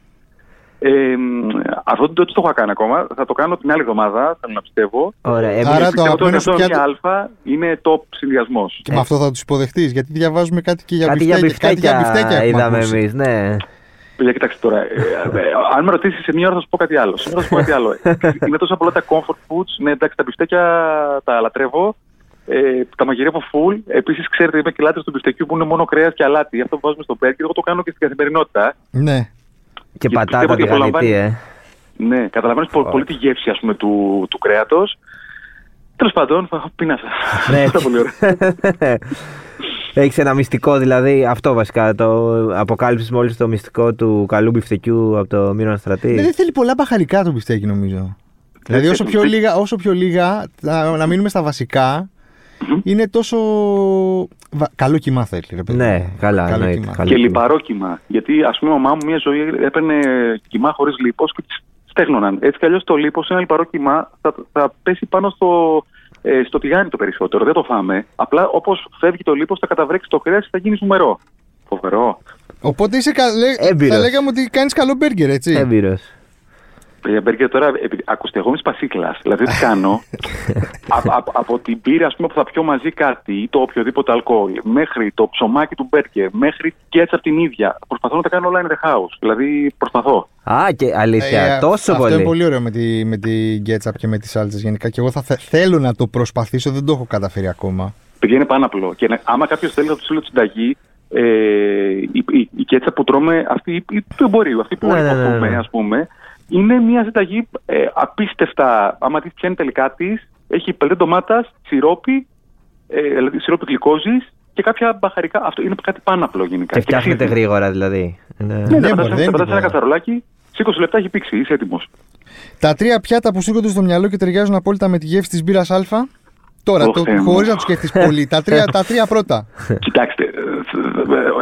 [SPEAKER 3] Ε, μ, αυτό δεν το, δεν το έχω κάνει ακόμα. Θα το κάνω την άλλη εβδομάδα, θέλω να πιστεύω.
[SPEAKER 2] Ωραία,
[SPEAKER 1] Άρα
[SPEAKER 2] έμεινε.
[SPEAKER 1] το αγαπημένο σου
[SPEAKER 3] είναι
[SPEAKER 1] πιάτο.
[SPEAKER 3] αλφα, είναι top συνδυασμός.
[SPEAKER 1] Και με αυτό θα τους υποδεχτείς, γιατί διαβάζουμε κάτι και για
[SPEAKER 2] Ε. Κάτι για μπιφτέκια
[SPEAKER 1] έχουμε
[SPEAKER 2] είδαμε
[SPEAKER 1] ακούσει.
[SPEAKER 2] εμείς, ναι.
[SPEAKER 3] Παιδιά, κοιτάξτε τώρα. ε, ε, ε, αν με ρωτήσεις σε μία ώρα θα σου πω κάτι άλλο. Σήμερα θα σου πω κάτι άλλο. είναι τόσα πολλά τα comfort foods. Ναι, εντάξει, τα μπιφτέκια τα λατρεύω. Ε, τα μαγειρεύω full. Επίσης, ξέρετε, είμαι και λάτρε του μπιφτεκιού που είναι μόνο κρέας και αλάτι. Αυτό που βάζουμε στο μπέργκερ, εγώ το κάνω και στην καθημερινότητα.
[SPEAKER 1] Ναι.
[SPEAKER 2] Και
[SPEAKER 3] πιστεύω
[SPEAKER 2] πατάτα
[SPEAKER 3] ότι
[SPEAKER 2] τηγανιτή,
[SPEAKER 3] απολαμβάνει.
[SPEAKER 2] ε.
[SPEAKER 3] Ναι, καταλαβαίνεις
[SPEAKER 2] Ωραία.
[SPEAKER 3] πολύ τη γεύση ας πούμε, του, του κρέατος. Τέλος πάντων, πίνασα.
[SPEAKER 2] Ναι.
[SPEAKER 3] Ήταν πολύ ωραία.
[SPEAKER 2] Έχεις ένα μυστικό, δηλαδή αυτό βασικά. Το αποκάλυψες μόλις το μυστικό του καλού μπιφτεκιού από το Μύρον
[SPEAKER 1] Ναι,
[SPEAKER 2] Στρατή.
[SPEAKER 1] δεν θέλει πολλά μπαχαρικά το μπιστέκι, νομίζω. δηλαδή,
[SPEAKER 3] θέλει
[SPEAKER 1] όσο
[SPEAKER 3] το
[SPEAKER 1] πιο,
[SPEAKER 3] μπιστέκι.
[SPEAKER 1] λίγα, όσο πιο λίγα, τα- να μείνουμε στα βασικα
[SPEAKER 3] Μμμ.
[SPEAKER 1] είναι τόσο. βα- Καλό κοιμά θέλει, ρε παιδί.
[SPEAKER 2] Ναι, καλά,
[SPEAKER 1] Καλό
[SPEAKER 2] εννοείται.
[SPEAKER 1] κοιμά.
[SPEAKER 2] Καλό
[SPEAKER 3] Και
[SPEAKER 2] κοιμά.
[SPEAKER 3] λιπαρό κύμα. Γιατί ας πούμε, η μαμά μου μια ζωή έπαιρνε κύμα χωρίς λίπος και τη στέγνωναν. Έτσι κι αλλιώς το λίπος, ένα λιπαρό κύμα, θα, θα πέσει πάνω στο, ε, στο τηγάνι το περισσότερο. Δεν το φάμε. Απλά όπως φεύγει το λίπος, θα καταβρέξει το κρέα και θα γίνει σουμερό. Φοβερό.
[SPEAKER 1] Οπότε είσαι καλέ...
[SPEAKER 2] Έμπειρος.
[SPEAKER 1] Θα λέγαμε ότι κάνεις καλό μπέργκερ, έτσι.
[SPEAKER 2] Έμπειρος.
[SPEAKER 3] Παιδιά Ε, Μπέργκερ, τώρα, επειδή- ακούστε, εγώ είμαι σπασίκλα. Δηλαδή, τι κάνω. από, από, από την πύρα, ας πούμε, που θα πιω μαζί κάτι ή το οποιοδήποτε αλκοόλ, μέχρι το ψωμάκι του Μπέργκερ, μέχρι κέτσα από την ίδια. Προσπαθώ να τα κάνω όλα in the house. Δηλαδή, προσπαθώ.
[SPEAKER 2] Α, και αλήθεια,
[SPEAKER 1] α-
[SPEAKER 2] τόσο
[SPEAKER 1] Ε, αυτό είναι
[SPEAKER 2] πολύ.
[SPEAKER 1] πολύ ωραίο με τη, με τη ketchup και με τις σάλτσες γενικά. Και εγώ θα θε- θέλω να το προσπαθήσω, δεν το έχω καταφέρει ακόμα.
[SPEAKER 3] Παιδιά είναι πάνω απλό. Και να- άμα κάποιος θέλει να του στείλει τη συνταγή, ε, η, η, η κέτσα που τρώμε, αυτή η- η- του εμπορίου, αυτή που
[SPEAKER 2] Ναι,
[SPEAKER 3] όλοι
[SPEAKER 2] ναι, ναι,
[SPEAKER 3] υποθούμε,
[SPEAKER 2] ναι.
[SPEAKER 3] ας πούμε, είναι μια συνταγή ε, απίστευτα. Άμα τη πιάνει τελικά της, έχει πελτέ ντομάτα, σιρόπι, ε, δηλαδή σιρόπι γλυκόζης και κάποια μπαχαρικά. Αυτό είναι κάτι πάνω απλό γενικά.
[SPEAKER 2] Και φτιάχνεται
[SPEAKER 3] ξύδι.
[SPEAKER 2] γρήγορα δηλαδή. Ναι.
[SPEAKER 3] Ναι,
[SPEAKER 1] Ναι,
[SPEAKER 3] ναι,
[SPEAKER 1] μπορεί,
[SPEAKER 3] πατάς-
[SPEAKER 1] δεν
[SPEAKER 3] τα πατάς σε ένα
[SPEAKER 1] μπορεί.
[SPEAKER 3] κατσαρολάκι, 20 λεπτά έχει πήξει, είσαι έτοιμος.
[SPEAKER 1] Τα τρία πιάτα που σήκονται στο μυαλό και ταιριάζουν απόλυτα με τη γεύση της μπύρας Α. Τώρα,
[SPEAKER 3] Ω,
[SPEAKER 1] το,
[SPEAKER 3] Θεέ μου.
[SPEAKER 1] χωρίς να τους σκεφτείς πολύ. τα, τρία, τα τρία πρώτα.
[SPEAKER 2] Ναι.
[SPEAKER 3] Κοιτάξτε, ε, ε,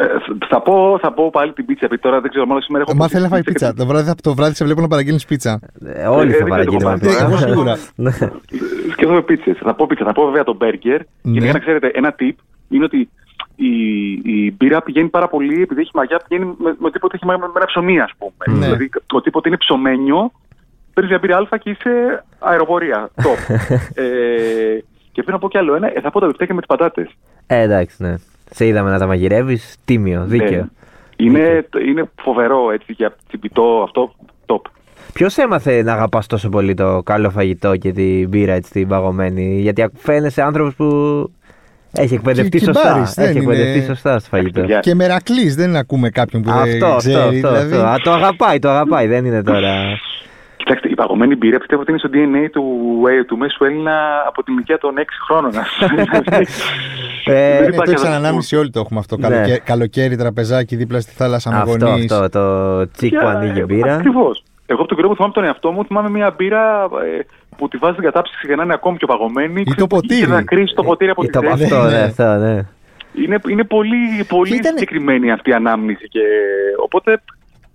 [SPEAKER 3] ε, θα πω, θα πω πάλι την πίτσα, επειδή τώρα δεν ξέρω μόνο σήμερα έχω
[SPEAKER 1] Μα θέλει να φάει
[SPEAKER 3] πίτσα και
[SPEAKER 1] πίτσα. Το βράδυ, θα- το βράδυ σε βλέπω να παραγγείλει πίτσα.
[SPEAKER 2] Ε, Όλοι
[SPEAKER 3] Ε,
[SPEAKER 2] θα
[SPEAKER 3] δεν
[SPEAKER 2] παραγγείλουμε
[SPEAKER 3] ξέρω,
[SPEAKER 1] Ε, ναι, Εγώ
[SPEAKER 2] πίτσα.
[SPEAKER 1] σίγουρα.
[SPEAKER 2] Ναι.
[SPEAKER 3] Σκέφτομαι πίτσες. Θα πω πίτσα, θα πω βέβαια το μπέργκερ.
[SPEAKER 1] Ναι.
[SPEAKER 3] Γενικά να ξέρετε, ένα tip είναι ότι η, η μπύρα πηγαίνει πάρα πολύ, επειδή έχει μαγιά, πηγαίνει με, με οτιδήποτε έχει μαγιά, με, με ένα ψωμί, ας πούμε.
[SPEAKER 1] Ναι.
[SPEAKER 3] Δηλαδή, οτιδήποτε είναι ψωμένιο, παίρνεις μια μπύρα Α και είσαι αεροπορία. Top. ε, και πρέπει να πω κι άλλο ένα, ε, θα πω τα μπιφτέκια με τις πατάτες.
[SPEAKER 2] Ε, εντάξει, ναι. Σε είδαμε να τα μαγειρεύεις.
[SPEAKER 3] Ναι.
[SPEAKER 2] Τίμιο, δίκαιο.
[SPEAKER 3] Ε, είναι, είναι φοβερό έτσι για τσιμπητό αυτό. Top.
[SPEAKER 2] Ποιος έμαθε να αγαπάς τόσο πολύ το καλό φαγητό και την μπύρα έτσι την παγωμένη, Γιατί φαίνεσαι άνθρωπος που έχει εκπαιδευτεί
[SPEAKER 1] Κι-
[SPEAKER 2] σωστά.
[SPEAKER 1] κυμπάρης, δεν
[SPEAKER 2] έχει εκπαιδευτεί
[SPEAKER 1] είναι-
[SPEAKER 2] σωστά στο φαγητό.
[SPEAKER 3] παιδιά,
[SPEAKER 1] Και μερακλή, δεν ακούμε κάποιον που
[SPEAKER 2] Αυτό,
[SPEAKER 1] δεν
[SPEAKER 2] αυτό,
[SPEAKER 1] ξέρει.
[SPEAKER 2] αυτό,
[SPEAKER 1] δηλαδή.
[SPEAKER 2] αυτό. Α, το αγαπάει, το αγαπάει. Δεν είναι τώρα.
[SPEAKER 3] Κοιτάξτε, η παγωμένη μπύρα πιστεύω ότι είναι στο DNA του, ε, του μέσου Έλληνα από την ηλικία των 6 χρόνων. ας πούμε.
[SPEAKER 2] ε,
[SPEAKER 1] Ναι,
[SPEAKER 3] υπάρχει
[SPEAKER 1] το έχεις
[SPEAKER 3] ένας
[SPEAKER 1] ανανάμιση όλοι το έχουμε αυτό.
[SPEAKER 2] Ναι.
[SPEAKER 1] Καλοκαίρι, καλοκαίρι, τραπεζάκι, δίπλα στη θάλασσα με
[SPEAKER 2] αυτό,
[SPEAKER 1] γονείς.
[SPEAKER 2] αυτό. Το τσίκ που ανοίγει
[SPEAKER 3] ε,
[SPEAKER 2] η μπύρα.
[SPEAKER 3] Ακριβώς. Εγώ από τον καιρό που θυμάμαι τον εαυτό μου, θυμάμαι μια μπύρα ε, που τη βάζει στην κατάψυξη για να είναι ακόμη πιο παγωμένη. Ξέρεις,
[SPEAKER 1] το ποτήρι.
[SPEAKER 3] Και να κρύψει το ποτήρι από
[SPEAKER 2] Ε,
[SPEAKER 3] τη
[SPEAKER 2] το-
[SPEAKER 3] ζέστη.
[SPEAKER 2] Αυτό,
[SPEAKER 1] Ναι,
[SPEAKER 2] ναι,
[SPEAKER 1] ναι.
[SPEAKER 2] αυτό, ναι.
[SPEAKER 3] Είναι, είναι πολύ, πολύ
[SPEAKER 1] Και ήταν-
[SPEAKER 3] συγκεκριμένη αυτή η ανάμνηση. Και... Οπότε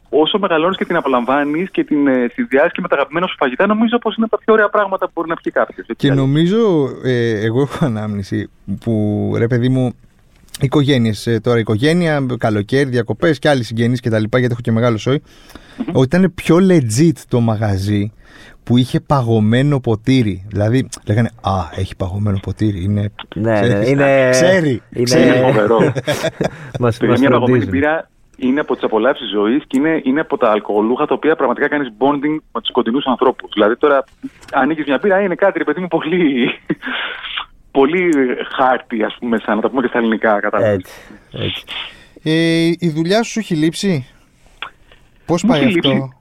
[SPEAKER 3] όσο μεγαλώνεις και την απολαμβάνεις και την ε, συνδυάζει και με τα αγαπημένα σου φαγητά, νομίζω πως είναι τα πιο ωραία πράγματα που μπορεί να πιει κάποιος.
[SPEAKER 1] Και νομίζω, ε, εγώ έχω ανάμνηση που ρε παιδί μου, οικογένειες τώρα. Οικογένεια, καλοκαίρι, διακοπές και άλλοι συγγενείς κτλ. Γιατί έχω και μεγάλο σόι. Ότι ήταν πιο legit το μαγαζί που είχε παγωμένο ποτήρι. Δηλαδή, λέγανε Α, έχει παγωμένο ποτήρι. Είναι.
[SPEAKER 2] Ναι,
[SPEAKER 1] ξέρεις,
[SPEAKER 2] ναι, είναι-
[SPEAKER 1] Ξέρει.
[SPEAKER 2] είναι-
[SPEAKER 1] ξέρει.
[SPEAKER 3] Είναι φοβερό.
[SPEAKER 2] Μας,
[SPEAKER 3] Παιδιά,
[SPEAKER 2] μας
[SPEAKER 3] μια παγωμένη
[SPEAKER 2] φροντίζουν.
[SPEAKER 3] πύρα είναι από τις απολαύσεις ζωής και είναι, είναι από τα αλκοολούχα τα οποία πραγματικά κάνεις bonding με τους κοντινούς ανθρώπους. Δηλαδή τώρα ανοίγει μια πύρα, είναι κάτι, ρε παιδί μου, πολύ, πολύ χάρτη, ας πούμε, σαν να τα πούμε και στα ελληνικά. Κατάλαβες.
[SPEAKER 2] Έτσι, έτσι.
[SPEAKER 1] Ε, η δουλειά σου σου έχει λείψει. Πώς
[SPEAKER 3] Μου
[SPEAKER 1] πάει
[SPEAKER 3] έχει
[SPEAKER 1] αυτό.
[SPEAKER 3] λείψει.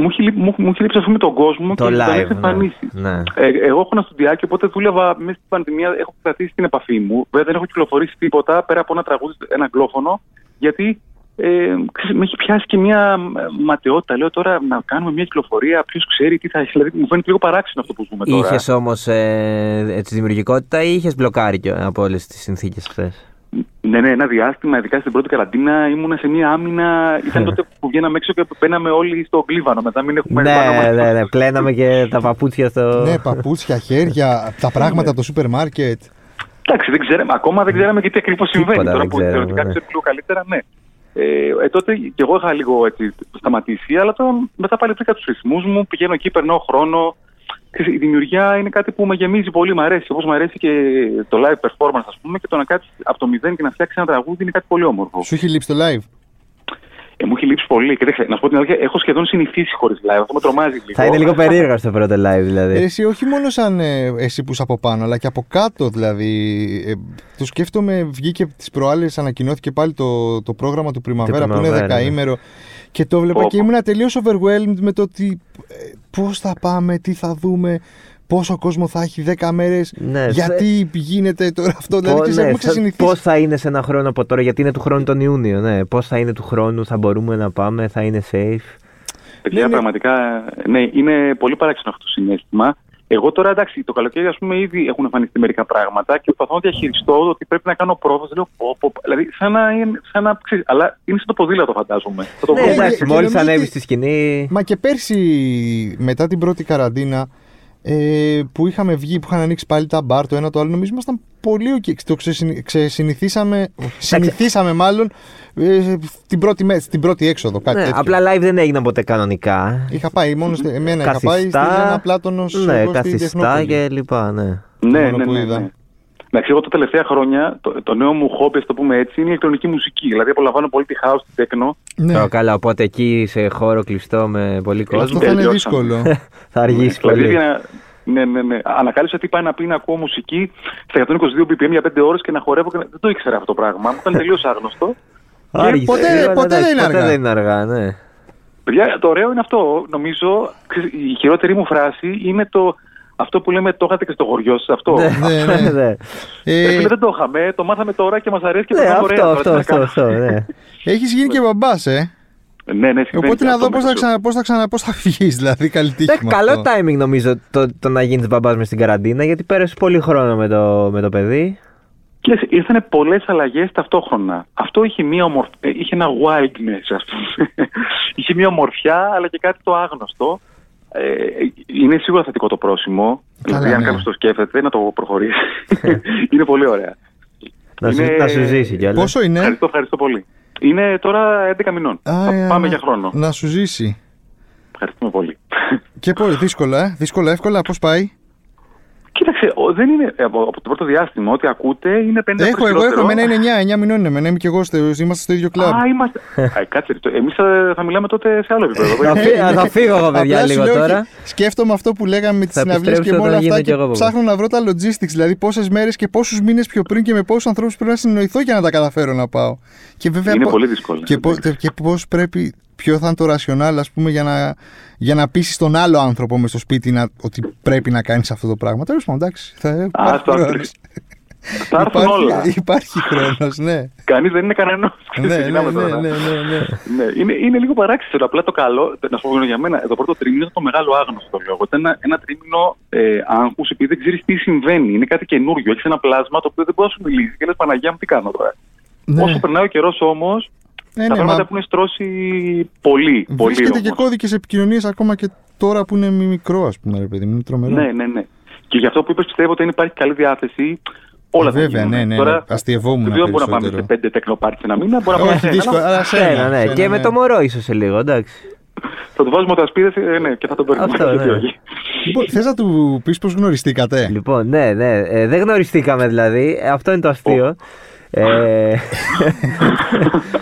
[SPEAKER 3] Μου έχει, λείψει- μου, μου έχει λείψει, ας πούμε, τον κόσμο
[SPEAKER 2] Το
[SPEAKER 3] και δεν
[SPEAKER 2] live,
[SPEAKER 3] έχει
[SPEAKER 2] ναι.
[SPEAKER 3] εμφανίσει.
[SPEAKER 2] Ναι.
[SPEAKER 3] Ε, εγώ έχω ένα στουντιάκι, οπότε δούλευα μέσα στην πανδημία. Έχω κρατήσει την επαφή μου. Βέβαια δεν έχω κυκλοφορήσει τίποτα πέρα από ένα τραγούδι, ένα αγγλόφωνο, γιατί ε, ξέρεις, με έχει πιάσει και μια ε, ματαιότητα. Λέω τώρα να κάνουμε μια κυκλοφορία, ποιος ξέρει τι θα έχει. Δηλαδή μου φαίνεται λίγο παράξενο αυτό που ζούμε τώρα.
[SPEAKER 2] Είχες όμως ε, έτσι, δημιουργικότητα ή είχες μπλοκάρει και από όλες τις συνθήκες αυτές.
[SPEAKER 3] Ναι, ναι, ένα διάστημα, ειδικά στην πρώτη καραντίνα, ήμουνα σε μια άμυνα. Ήταν τότε που βγαίναμε έξω και μπαίναμε όλοι στο κλίβανο. Μετά μην έχουμε πάνω μας.
[SPEAKER 2] Ναι, ναι, ναι. Πλέναμε και τα παπούτσια στο.
[SPEAKER 1] Ναι, παπούτσια, χέρια, τα
[SPEAKER 3] Ναι.
[SPEAKER 1] πράγματα από το σούπερ μάρκετ.
[SPEAKER 3] Εντάξει, δεν ξέραμε, ακόμα δεν ξέραμε και τι ακριβώς συμβαίνει.
[SPEAKER 2] Τίποτα
[SPEAKER 3] Τώρα
[SPEAKER 2] δεν
[SPEAKER 3] που
[SPEAKER 2] ξέραμε,
[SPEAKER 3] θεωρητικά
[SPEAKER 2] ναι.
[SPEAKER 3] ξέρουμε λίγο καλύτερα, ναι. Ε, ε, τότε και εγώ είχα λίγο έτσι, σταματήσει, αλλά τώρα μετά πάλι βρήκα τους ρυθμούς μου, πηγαίνω εκεί, περνάω χρόνο. Ξέρεις, Η δημιουργία είναι κάτι που με γεμίζει πολύ, μου αρέσει. Όπως μου αρέσει και το live performance, ας πούμε, και το να κάτσεις από το μηδέν και να φτιάξεις ένα τραγούδι είναι κάτι πολύ όμορφο.
[SPEAKER 1] Σου έχει λείψει το live.
[SPEAKER 3] Ε, μου έχει λείψει πολύ. Και δεν ξέρω, να σου πω την αλήθεια, έχω σχεδόν συνηθίσει χωρίς live. Αυτό με τρομάζει λίγο.
[SPEAKER 2] Θα είναι λίγο περίεργα στο πρώτο live
[SPEAKER 1] Ε,
[SPEAKER 2] δηλαδή.
[SPEAKER 1] Εσύ όχι μόνο σαν ε, εσύ που είσαι από πάνω, αλλά και από κάτω δηλαδή. Ε, το σκέφτομαι, βγήκε τις προάλλες, ανακοινώθηκε πάλι το, το πρόγραμμα του Πριμαβέρα που είναι
[SPEAKER 2] Πριμαβέρα, ναι.
[SPEAKER 1] δεκαήμερο. Και το βλέπα
[SPEAKER 3] Πω,
[SPEAKER 1] και
[SPEAKER 3] πω.
[SPEAKER 1] ήμουν τελείως overwhelmed με το ότι ε, πώς θα πάμε, τι θα δούμε, πόσο κόσμο θα έχει 10 μέρες,
[SPEAKER 2] Ναι,
[SPEAKER 1] γιατί γίνεται τώρα αυτό. Δηλαδή, ξέρεις, έχουμε ξεσυνηθίσει.
[SPEAKER 2] Πώς ναι, θα είναι σε ένα χρόνο από τώρα, γιατί είναι του χρόνου τον Ιούνιο. Ναι. Πώς θα είναι του χρόνου, θα μπορούμε να πάμε, θα είναι safe.
[SPEAKER 3] Παιδιά,
[SPEAKER 1] Ναι, ναι.
[SPEAKER 3] πραγματικά ναι, είναι πολύ παράξενο αυτό το συνέστημα. Εγώ τώρα εντάξει, το καλοκαίρι ας πούμε ήδη έχουν εμφανιστεί μερικά πράγματα και προσπαθώ να διαχειριστώ ότι πρέπει να κάνω πρόβαση. Λέω, πω, πω, πω. δηλαδή, σαν να, είναι- σαν να ξέρεις, αλλά είναι σαν το ποδήλατο, φαντάζομαι. Θα το
[SPEAKER 2] Ναι,
[SPEAKER 3] βρω.
[SPEAKER 1] και-
[SPEAKER 2] εντάξει,
[SPEAKER 1] και
[SPEAKER 2] μόλις
[SPEAKER 1] νομίζω
[SPEAKER 2] ανέβεις
[SPEAKER 1] ότι-
[SPEAKER 2] στη σκηνή.
[SPEAKER 1] Μα και πέρσι, μετά την πρώτη καραντίνα, ε, που είχαμε βγει, που είχαν ανοίξει πάλι τα μπαρ το ένα το άλλο, νομίζω ήμασταν πολύ οκ. Το ξεσυν- ξεσυνηθίσαμε, συνηθίσαμε μάλλον ε, την, πρώτη, μέ- στην πρώτη έξοδο. Κάτι
[SPEAKER 2] Ναι,
[SPEAKER 1] τέτοιο.
[SPEAKER 2] απλά live δεν έγιναν ποτέ κανονικά.
[SPEAKER 1] Είχα πάει μόνος, στη- εμένα είχα Ναι, πάει στην Ελένα
[SPEAKER 2] Καθιστά.
[SPEAKER 1] Πλάτωνος,
[SPEAKER 2] Ναι,
[SPEAKER 1] εγώ στη
[SPEAKER 2] καθιστά
[SPEAKER 1] Τεχνόπολη.
[SPEAKER 2] και λοιπά, ναι.
[SPEAKER 3] ναι,
[SPEAKER 1] μόνο
[SPEAKER 3] ναι,
[SPEAKER 1] που
[SPEAKER 3] ναι,
[SPEAKER 1] είδα.
[SPEAKER 3] ναι. Εντάξει, εγώ τα τελευταία χρόνια το, το νέο μου χόμπι, ας το πούμε έτσι, είναι η ηλεκτρονική μουσική. Δηλαδή, απολαμβάνω πολύ τη house, τη τέκνο.
[SPEAKER 1] Ναι.
[SPEAKER 2] Τώρα καλά, οπότε εκεί σε χώρο κλειστό με πολύ κόσμο
[SPEAKER 1] Αυτό θα είναι
[SPEAKER 3] τελειώσαμε.
[SPEAKER 1] δύσκολο.
[SPEAKER 2] θα αργήσει
[SPEAKER 3] Δηλαδή, για
[SPEAKER 2] πολύ.
[SPEAKER 3] να- ναι, ναι, ναι. Ανακάλυψα τι πάει να πει να ακούω μουσική στα 122 BPM για 5 ώρες και να χορεύω. Και να... Δεν το ήξερα αυτό το πράγμα. Μου ήταν τελείως άγνωστο.
[SPEAKER 2] Άργησε.
[SPEAKER 1] ποτέ-
[SPEAKER 2] Ε,
[SPEAKER 1] ποτέ δεν
[SPEAKER 2] εντάξει,
[SPEAKER 1] είναι αργά.
[SPEAKER 2] Ποτέ δεν είναι αργά, ναι.
[SPEAKER 3] Παιδιά, το ωραίο είναι αυτό. Νομίζω ξέρεις, η χειρότερη μου φράση είναι το αυτό που λέμε το είχατε και στο χωριό σας. Αυτό.
[SPEAKER 2] Ναι,
[SPEAKER 1] Ναι, ναι.
[SPEAKER 2] ναι.
[SPEAKER 3] Ρε
[SPEAKER 1] ε,
[SPEAKER 3] φίλε, δεν το είχαμε. Το μάθαμε τώρα και μας αρέσει και το
[SPEAKER 2] Ναι,
[SPEAKER 3] κάνουμε
[SPEAKER 2] αυτό,
[SPEAKER 3] ωραία.
[SPEAKER 2] αυτό,
[SPEAKER 3] τώρα, τι
[SPEAKER 2] αυτό,
[SPEAKER 3] να
[SPEAKER 2] αυτό, ναι.
[SPEAKER 1] έχεις γίνει και μπαμπάς, ε.
[SPEAKER 3] κάνουμε. Ναι, ναι, συμβαίνει
[SPEAKER 1] Οπότε
[SPEAKER 3] και
[SPEAKER 1] να
[SPEAKER 3] αυτό
[SPEAKER 1] δω πώς θα,
[SPEAKER 3] μεταξύ.
[SPEAKER 1] ξανα, πώς θα, ξανα, πώς θα βγεις, δηλαδή, καλή τύχη
[SPEAKER 2] Εντάξει,
[SPEAKER 1] με
[SPEAKER 2] καλό
[SPEAKER 1] αυτό.
[SPEAKER 2] timing νομίζω το, το να γίνεις μπαμπάς μες στην καραντίνα γιατί πέρασε πολύ χρόνο με το, με το παιδί.
[SPEAKER 3] Και ήρθαν πολλές αλλαγές ταυτόχρονα. Αυτό είχε, μία ομορφ... ε, είχε ένα wildness, ας πούμε. είχε μία ομορφιά, αλλά και κάτι το άγνωστο. Ε, είναι σίγουρα θετικό το πρόσημο.
[SPEAKER 1] Καλά,
[SPEAKER 3] δηλαδή, αν
[SPEAKER 1] ναι.
[SPEAKER 3] κάποιος το σκέφτεται, να το προχωρήσει. είναι πολύ ωραία.
[SPEAKER 2] Να, σου,
[SPEAKER 3] Είναι-
[SPEAKER 2] να σου ζήσει κιόλα.
[SPEAKER 1] Πόσο είναι,
[SPEAKER 3] Ευχαριστώ, ευχαριστώ πολύ. Είναι τώρα 11 μηνών.
[SPEAKER 1] Α,
[SPEAKER 3] Θα
[SPEAKER 1] ε,
[SPEAKER 3] πάμε
[SPEAKER 1] α,
[SPEAKER 3] για χρόνο.
[SPEAKER 1] να σου ζήσει.
[SPEAKER 3] Ευχαριστούμε πολύ.
[SPEAKER 1] Και πώς, δύσκολα, ε. δύσκολα, εύκολα, πώς πάει.
[SPEAKER 3] Κοίταξε, ο- δεν είναι ε, από, από το πρώτο διάστημα. Ό,τι ακούτε είναι 50
[SPEAKER 1] Έχω, εγώ έχω,
[SPEAKER 3] χειρότερο.
[SPEAKER 1] εμένα είναι 9, 9 μηνών είναι εμένα, είμαι και εγώ, στο- είμαστε στο ίδιο κλαμπ.
[SPEAKER 3] Α, είμαστε. Α, κάτσε. Εμείς θα μιλάμε τότε σε άλλο
[SPEAKER 1] Ε,
[SPEAKER 3] επίπεδο.
[SPEAKER 2] θα, φύ- α, θα φύγω εγώ,
[SPEAKER 1] Απλά
[SPEAKER 2] παιδιά,
[SPEAKER 1] σου
[SPEAKER 2] λίγο
[SPEAKER 1] λέω,
[SPEAKER 2] τώρα.
[SPEAKER 1] Σκέφτομαι αυτό που λέγαμε με τις
[SPEAKER 2] Θα
[SPEAKER 1] συναυλίες και
[SPEAKER 2] επιστρέψω
[SPEAKER 1] με όλα
[SPEAKER 2] όταν
[SPEAKER 1] αυτά.
[SPEAKER 2] γίνω κι
[SPEAKER 1] Και
[SPEAKER 2] εγώ από εδώ.
[SPEAKER 1] ψάχνω να βρω τα logistics, δηλαδή πόσες μέρες και πόσους μήνες πιο πριν και με πόσους ανθρώπους πρέπει να συνεννοηθώ για να τα καταφέρω να πάω. Και βέβαια,
[SPEAKER 3] Είναι
[SPEAKER 1] πο-
[SPEAKER 3] πολύ δύσκολο.
[SPEAKER 1] Και, πο-
[SPEAKER 3] Εντάξει.
[SPEAKER 1] και πώς πρέπει, ποιο θα είναι το ρασιονάλ, ας πούμε, για να, για να πείσει τον άλλο άνθρωπο με στο σπίτι να, ότι πρέπει να κάνεις αυτό το πράγμα. Τέλος πάντων, εντάξει. Θα υπάρχει
[SPEAKER 3] το
[SPEAKER 1] χρόνος.
[SPEAKER 3] άκρη. Θα έρθουν
[SPEAKER 1] Υπάρχει-
[SPEAKER 3] όλα.
[SPEAKER 1] Υπάρχει χρόνος, ναι.
[SPEAKER 3] Κανείς δεν είναι κανένας.
[SPEAKER 1] ναι, ναι, ναι, ναι, ναι, ναι.
[SPEAKER 3] Ναι, είναι, είναι λίγο παράξενο. Απλά το καλό, να σου πω για μένα, το πρώτο τρίμηνο ήταν το μεγάλο άγνωστο λόγο. Ήταν ένα, ένα τρίμηνο ε, άγχους επειδή δεν ξέρεις τι συμβαίνει. Είναι κάτι καινούριο. Έχεις ένα πλάσμα το οποίο δεν μπορείς να σου μιλήσεις. Και λες Παναγία μου, τι κάνω τώρα.
[SPEAKER 1] Ναι.
[SPEAKER 3] Όσο περνάει ο καιρός όμως,
[SPEAKER 1] Ναι,
[SPEAKER 3] τα
[SPEAKER 1] ναι,
[SPEAKER 3] πράγματα
[SPEAKER 1] μα-
[SPEAKER 3] που έχουν στρώσει πολύ. πολύ
[SPEAKER 1] Βρίσκεται και
[SPEAKER 3] όμως.
[SPEAKER 1] κώδικες επικοινωνία ακόμα και τώρα που είναι μικρό, ας πούμε, ρε παιδί μου. Είναι τρομερό.
[SPEAKER 3] Ναι, ναι, ναι. Και γι' αυτό που είπες, πιστεύω ότι αν υπάρχει καλή διάθεση, Όλα τα
[SPEAKER 1] Βέβαια, ναι, ναι. ναι. Αστειευόμουν
[SPEAKER 3] δεν μπορούμε να πάμε σε
[SPEAKER 1] περισσότερο.
[SPEAKER 3] πέντε τεκνοπάρτι ένα μήνα. Μπορούμε να πάμε
[SPEAKER 1] Όχι,
[SPEAKER 3] σε ένα.
[SPEAKER 1] δύσκολο, αλλά σε ένα,
[SPEAKER 2] Ένα, ναι.
[SPEAKER 1] σε ένα,
[SPEAKER 2] και με
[SPEAKER 1] ναι.
[SPEAKER 2] το μωρό ίσως σε λίγο, εντάξει.
[SPEAKER 3] Θα του βάζουμε τα σπίδε ε, ναι, και θα τον παίρνουμε.
[SPEAKER 2] Αυτό,
[SPEAKER 3] Γιατί
[SPEAKER 2] ναι.
[SPEAKER 3] όχι.
[SPEAKER 1] Λοιπόν, θες να του πεις πώς γνωριστήκατε.
[SPEAKER 2] Λοιπόν, ναι, ναι. Ε, δεν γνωριστήκαμε δηλαδή. Ε, Αυτό είναι το αστείο. Ε,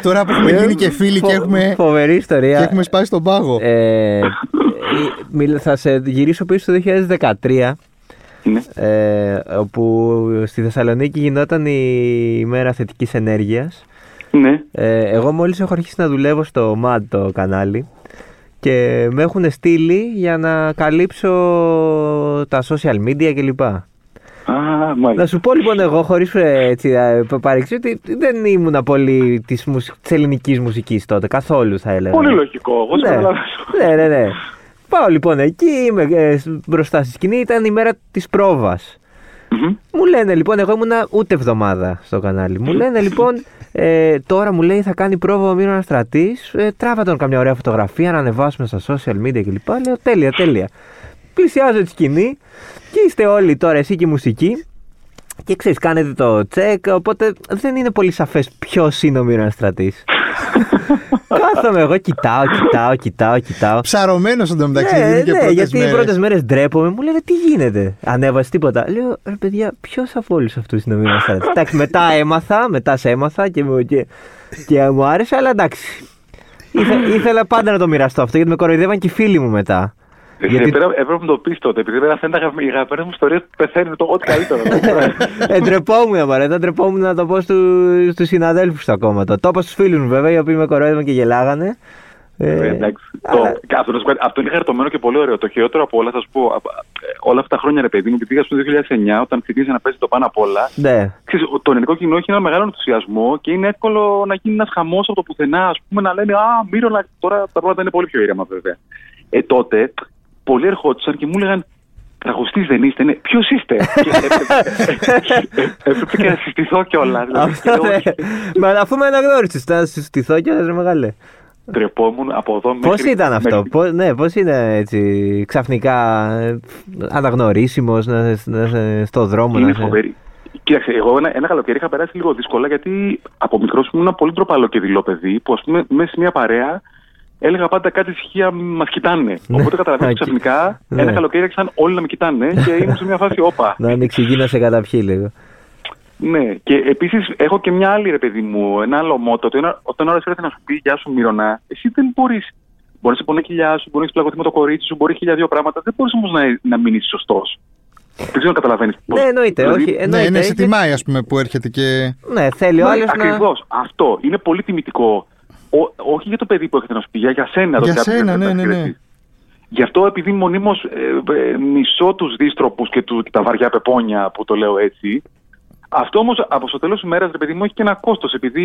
[SPEAKER 1] Τώρα που έχουμε γίνει και φίλοι
[SPEAKER 2] φο-
[SPEAKER 1] και έχουμε,
[SPEAKER 2] Φοβερή
[SPEAKER 1] και
[SPEAKER 2] ιστορία.
[SPEAKER 1] έχουμε σπάσει τον πάγο.
[SPEAKER 2] Ε, ε, μιλ- θα σε γυρίσω πίσω στο 2013
[SPEAKER 3] Ναι.
[SPEAKER 2] ε, όπου στη Θεσσαλονίκη γινόταν η μέρα θετικής ενέργειας
[SPEAKER 3] ναι.
[SPEAKER 2] ε, εγώ μόλις έχω αρχίσει να δουλεύω στο MAD το κανάλι και με έχουν στείλει για να καλύψω τα social media κλπ.
[SPEAKER 3] Α,
[SPEAKER 2] Να
[SPEAKER 3] μάλιστα.
[SPEAKER 2] σου πω λοιπόν εγώ χωρίς ε, έτσι, ε, πα- παρεξή ότι δεν ήμουνα πολύ της, μουσ... της ελληνικής μουσικής τότε καθόλου θα έλεγα.
[SPEAKER 3] Πολύ λογικό. Εγώ σε
[SPEAKER 2] ναι.
[SPEAKER 3] καταλαβαίνω.
[SPEAKER 2] ναι, ναι, ναι. Πάω λοιπόν εκεί, είμαι ε, σ- μπροστά στη σκηνή, ήταν η μέρα της πρόβας.
[SPEAKER 3] Μμμ.
[SPEAKER 2] Μου λένε λοιπόν, εγώ ήμουνα ούτε εβδομάδα στο κανάλι. Μου λένε λοιπόν, ε, τώρα μου λέει θα κάνει πρόβα ο Μύρο Αναστρατή. Ε, τράβα τον καμιά ωραία φωτογραφία να ανεβάσουμε στα social media κλπ. Λέω τέλεια, τέλεια. Πλησιάζω τη σκηνή και είστε όλοι τώρα εσύ και η μουσική. Και ξέρεις, κάνετε το τσεκ. Οπότε δεν είναι πολύ σαφές ποιος είναι ο Μύρο Αναστρατή. Κάθομαι εγώ, κοιτάω, κοιτάω, κοιτάω, κοιτάω.
[SPEAKER 1] Ψαρωμένος εντωμεταξύ.
[SPEAKER 2] Ναι,
[SPEAKER 1] Ναι, και
[SPEAKER 2] ναι,
[SPEAKER 1] πρώτες
[SPEAKER 2] γιατί
[SPEAKER 1] μέρες.
[SPEAKER 2] οι πρώτες μέρες ντρέπομαι, μου λένε τι γίνεται. Ανέβασες τίποτα. Λέω, ρε παιδιά, ποιος από όλους αυτούς είναι ο Μήνας Στράτη». Εντάξει, μετά έμαθα, μετά σε έμαθα και μου, και, και μου άρεσε, αλλά εντάξει. Ήθε- ήθελα πάντα να το μοιραστώ αυτό γιατί με κοροϊδεύαν και οι φίλοι μου μετά.
[SPEAKER 3] Γιατί... Έπρεπε να μου το πεις τότε, επειδή πέρα φαίνεται αγαπη- οι αγαπημένες μου ιστορίες πεθαίνουν το ό,τι καλύτερο. Ναι.
[SPEAKER 2] ε, ντρεπόμουν, μωρέ, δεν ντρεπόμουν να το πω στου, στους συναδέλφους του ακόμα. Το, το είπα στους φίλους μου βέβαια, οι οποίοι με κοροϊδεύαν και γελάγανε.
[SPEAKER 3] Ε,
[SPEAKER 2] Ε,
[SPEAKER 3] εντάξει.
[SPEAKER 2] αλλά-
[SPEAKER 3] Το- και Αυτό, να σου πω κάτι, αυτό είναι χαρτωμένο και πολύ ωραίο. Το χειρότερο από όλα, θα σου πω, απ- ε, όλα αυτά τα χρόνια, ρε παιδί μου, επειδή ας πούμε, το 2009, όταν ξεκίνησε να παίζει το πάνω απ' όλα,
[SPEAKER 2] Ναι.
[SPEAKER 3] ξέρεις, το ελληνικό κοινό έχει ένα μεγάλο ενθουσιασμό και είναι εύκολο να γίνει ένας χαμός από το πουθενά. Ας πούμε, να λένε Α, Μύρο, να- τώρα τα πράγματα είναι πολύ πιο ήρεμα, βέβαια. Ε, τότε πολλοί ερχόντουσαν και μου έλεγαν Τραγουστή δεν είστε, ναι. Ποιος είστε. Και έπρεπε- Έπρεπε και να δηλαδή. συστηθώ κιόλας.
[SPEAKER 2] Αυτό ναι. Μα αφού με αναγνώρισες, θα σου στηθώ και ρε μεγάλε.
[SPEAKER 3] Τρεπόμουν από εδώ
[SPEAKER 2] Πώ
[SPEAKER 3] μέχρι-
[SPEAKER 2] ήταν αυτό,
[SPEAKER 3] μέχρι-
[SPEAKER 2] πώς, ναι, πώς είναι έτσι ξαφνικά ε, αναγνωρίσιμος να, σε- να, σε- στο δρόμο.
[SPEAKER 3] Είναι
[SPEAKER 2] να σε-
[SPEAKER 3] φοβερή. Κοίταξε, εγώ ένα, ένα καλοκαίρι είχα περάσει λίγο δύσκολα γιατί από μικρός ήμουν πολύ ντροπαλό και δειλό παιδί που ας πούμε μέσα σε μια παρέα έλεγα πάντα κάτι στοιχεία μας κοιτάνε.
[SPEAKER 2] Ναι.
[SPEAKER 3] Οπότε καταλαβαίνω
[SPEAKER 2] Ακι-
[SPEAKER 3] ξαφνικά
[SPEAKER 2] Ναι.
[SPEAKER 3] ένα καλοκαίρι άρχισαν όλοι να με κοιτάνε και ήμουν σε μια φάση όπα.
[SPEAKER 2] Να ανοίξει η γη να σε καταπιεί λίγο.
[SPEAKER 3] ναι. Και επίσης έχω και μια άλλη ρε παιδί μου, ένα άλλο μότο. ότι ένα- Όταν ώρα έρθει να σου πει Γεια σου Μύρονα, εσύ δεν μπορείς. Μπορείς να σε πονεί η κοιλιά σου, μπορείς να έχει πλακωθεί με το κορίτσι σου, μπορεί χίλια δύο πράγματα. Δεν μπορείς όμως να, να μείνεις σωστός. Δεν ξέρω αν καταλαβαίνεις.
[SPEAKER 2] ναι, εννοείται.
[SPEAKER 3] δηλαδή-
[SPEAKER 2] όχι, εννοείται
[SPEAKER 1] Ναι, ναι, σε
[SPEAKER 2] έχει-
[SPEAKER 1] τιμάει, ας πούμε, που έρχεται και.
[SPEAKER 2] ναι, θέλει ο άλλος να.
[SPEAKER 3] Ακριβώς. Αυτό. Είναι πολύ τιμητικό. Ο- όχι για το παιδί που έχετε να σου πει, για, για σένα. το
[SPEAKER 1] Για
[SPEAKER 3] κάποιος
[SPEAKER 1] σένα,
[SPEAKER 3] να
[SPEAKER 1] ναι,
[SPEAKER 3] τα
[SPEAKER 1] ναι, ναι.
[SPEAKER 3] χαιρετήσει. Γι' αυτό επειδή μονίμως ε, ε, μισώ τους δίστροπους και, του, και τα βαριά πεπόνια που το λέω έτσι, αυτό όμως από στο τέλος της μέρας, ρε παιδί μου, έχει και ένα κόστος, επειδή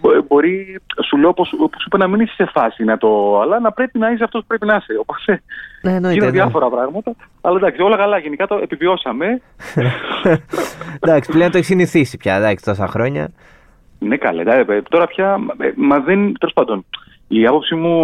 [SPEAKER 3] μπο- μπορεί, σου λέω, όπως, όπως σου είπα, να μην είσαι σε φάση να το... αλλά να πρέπει να είσαι αυτός που πρέπει να είσαι. Οπότε
[SPEAKER 2] Ναι, εννοείται.
[SPEAKER 3] γίνονται
[SPEAKER 2] ναι.
[SPEAKER 3] διάφορα πράγματα, αλλά εντάξει, όλα καλά, γενικά το επιβιώσαμε.
[SPEAKER 2] Εντάξει, πλέον το έχεις συνηθίσει πια εντάξει, τόσα χρόνια.
[SPEAKER 3] Ναι, καλά. εντάξει, ε, Τώρα πια. ε, Μα δεν. Τέλος πάντων, η άποψή μου,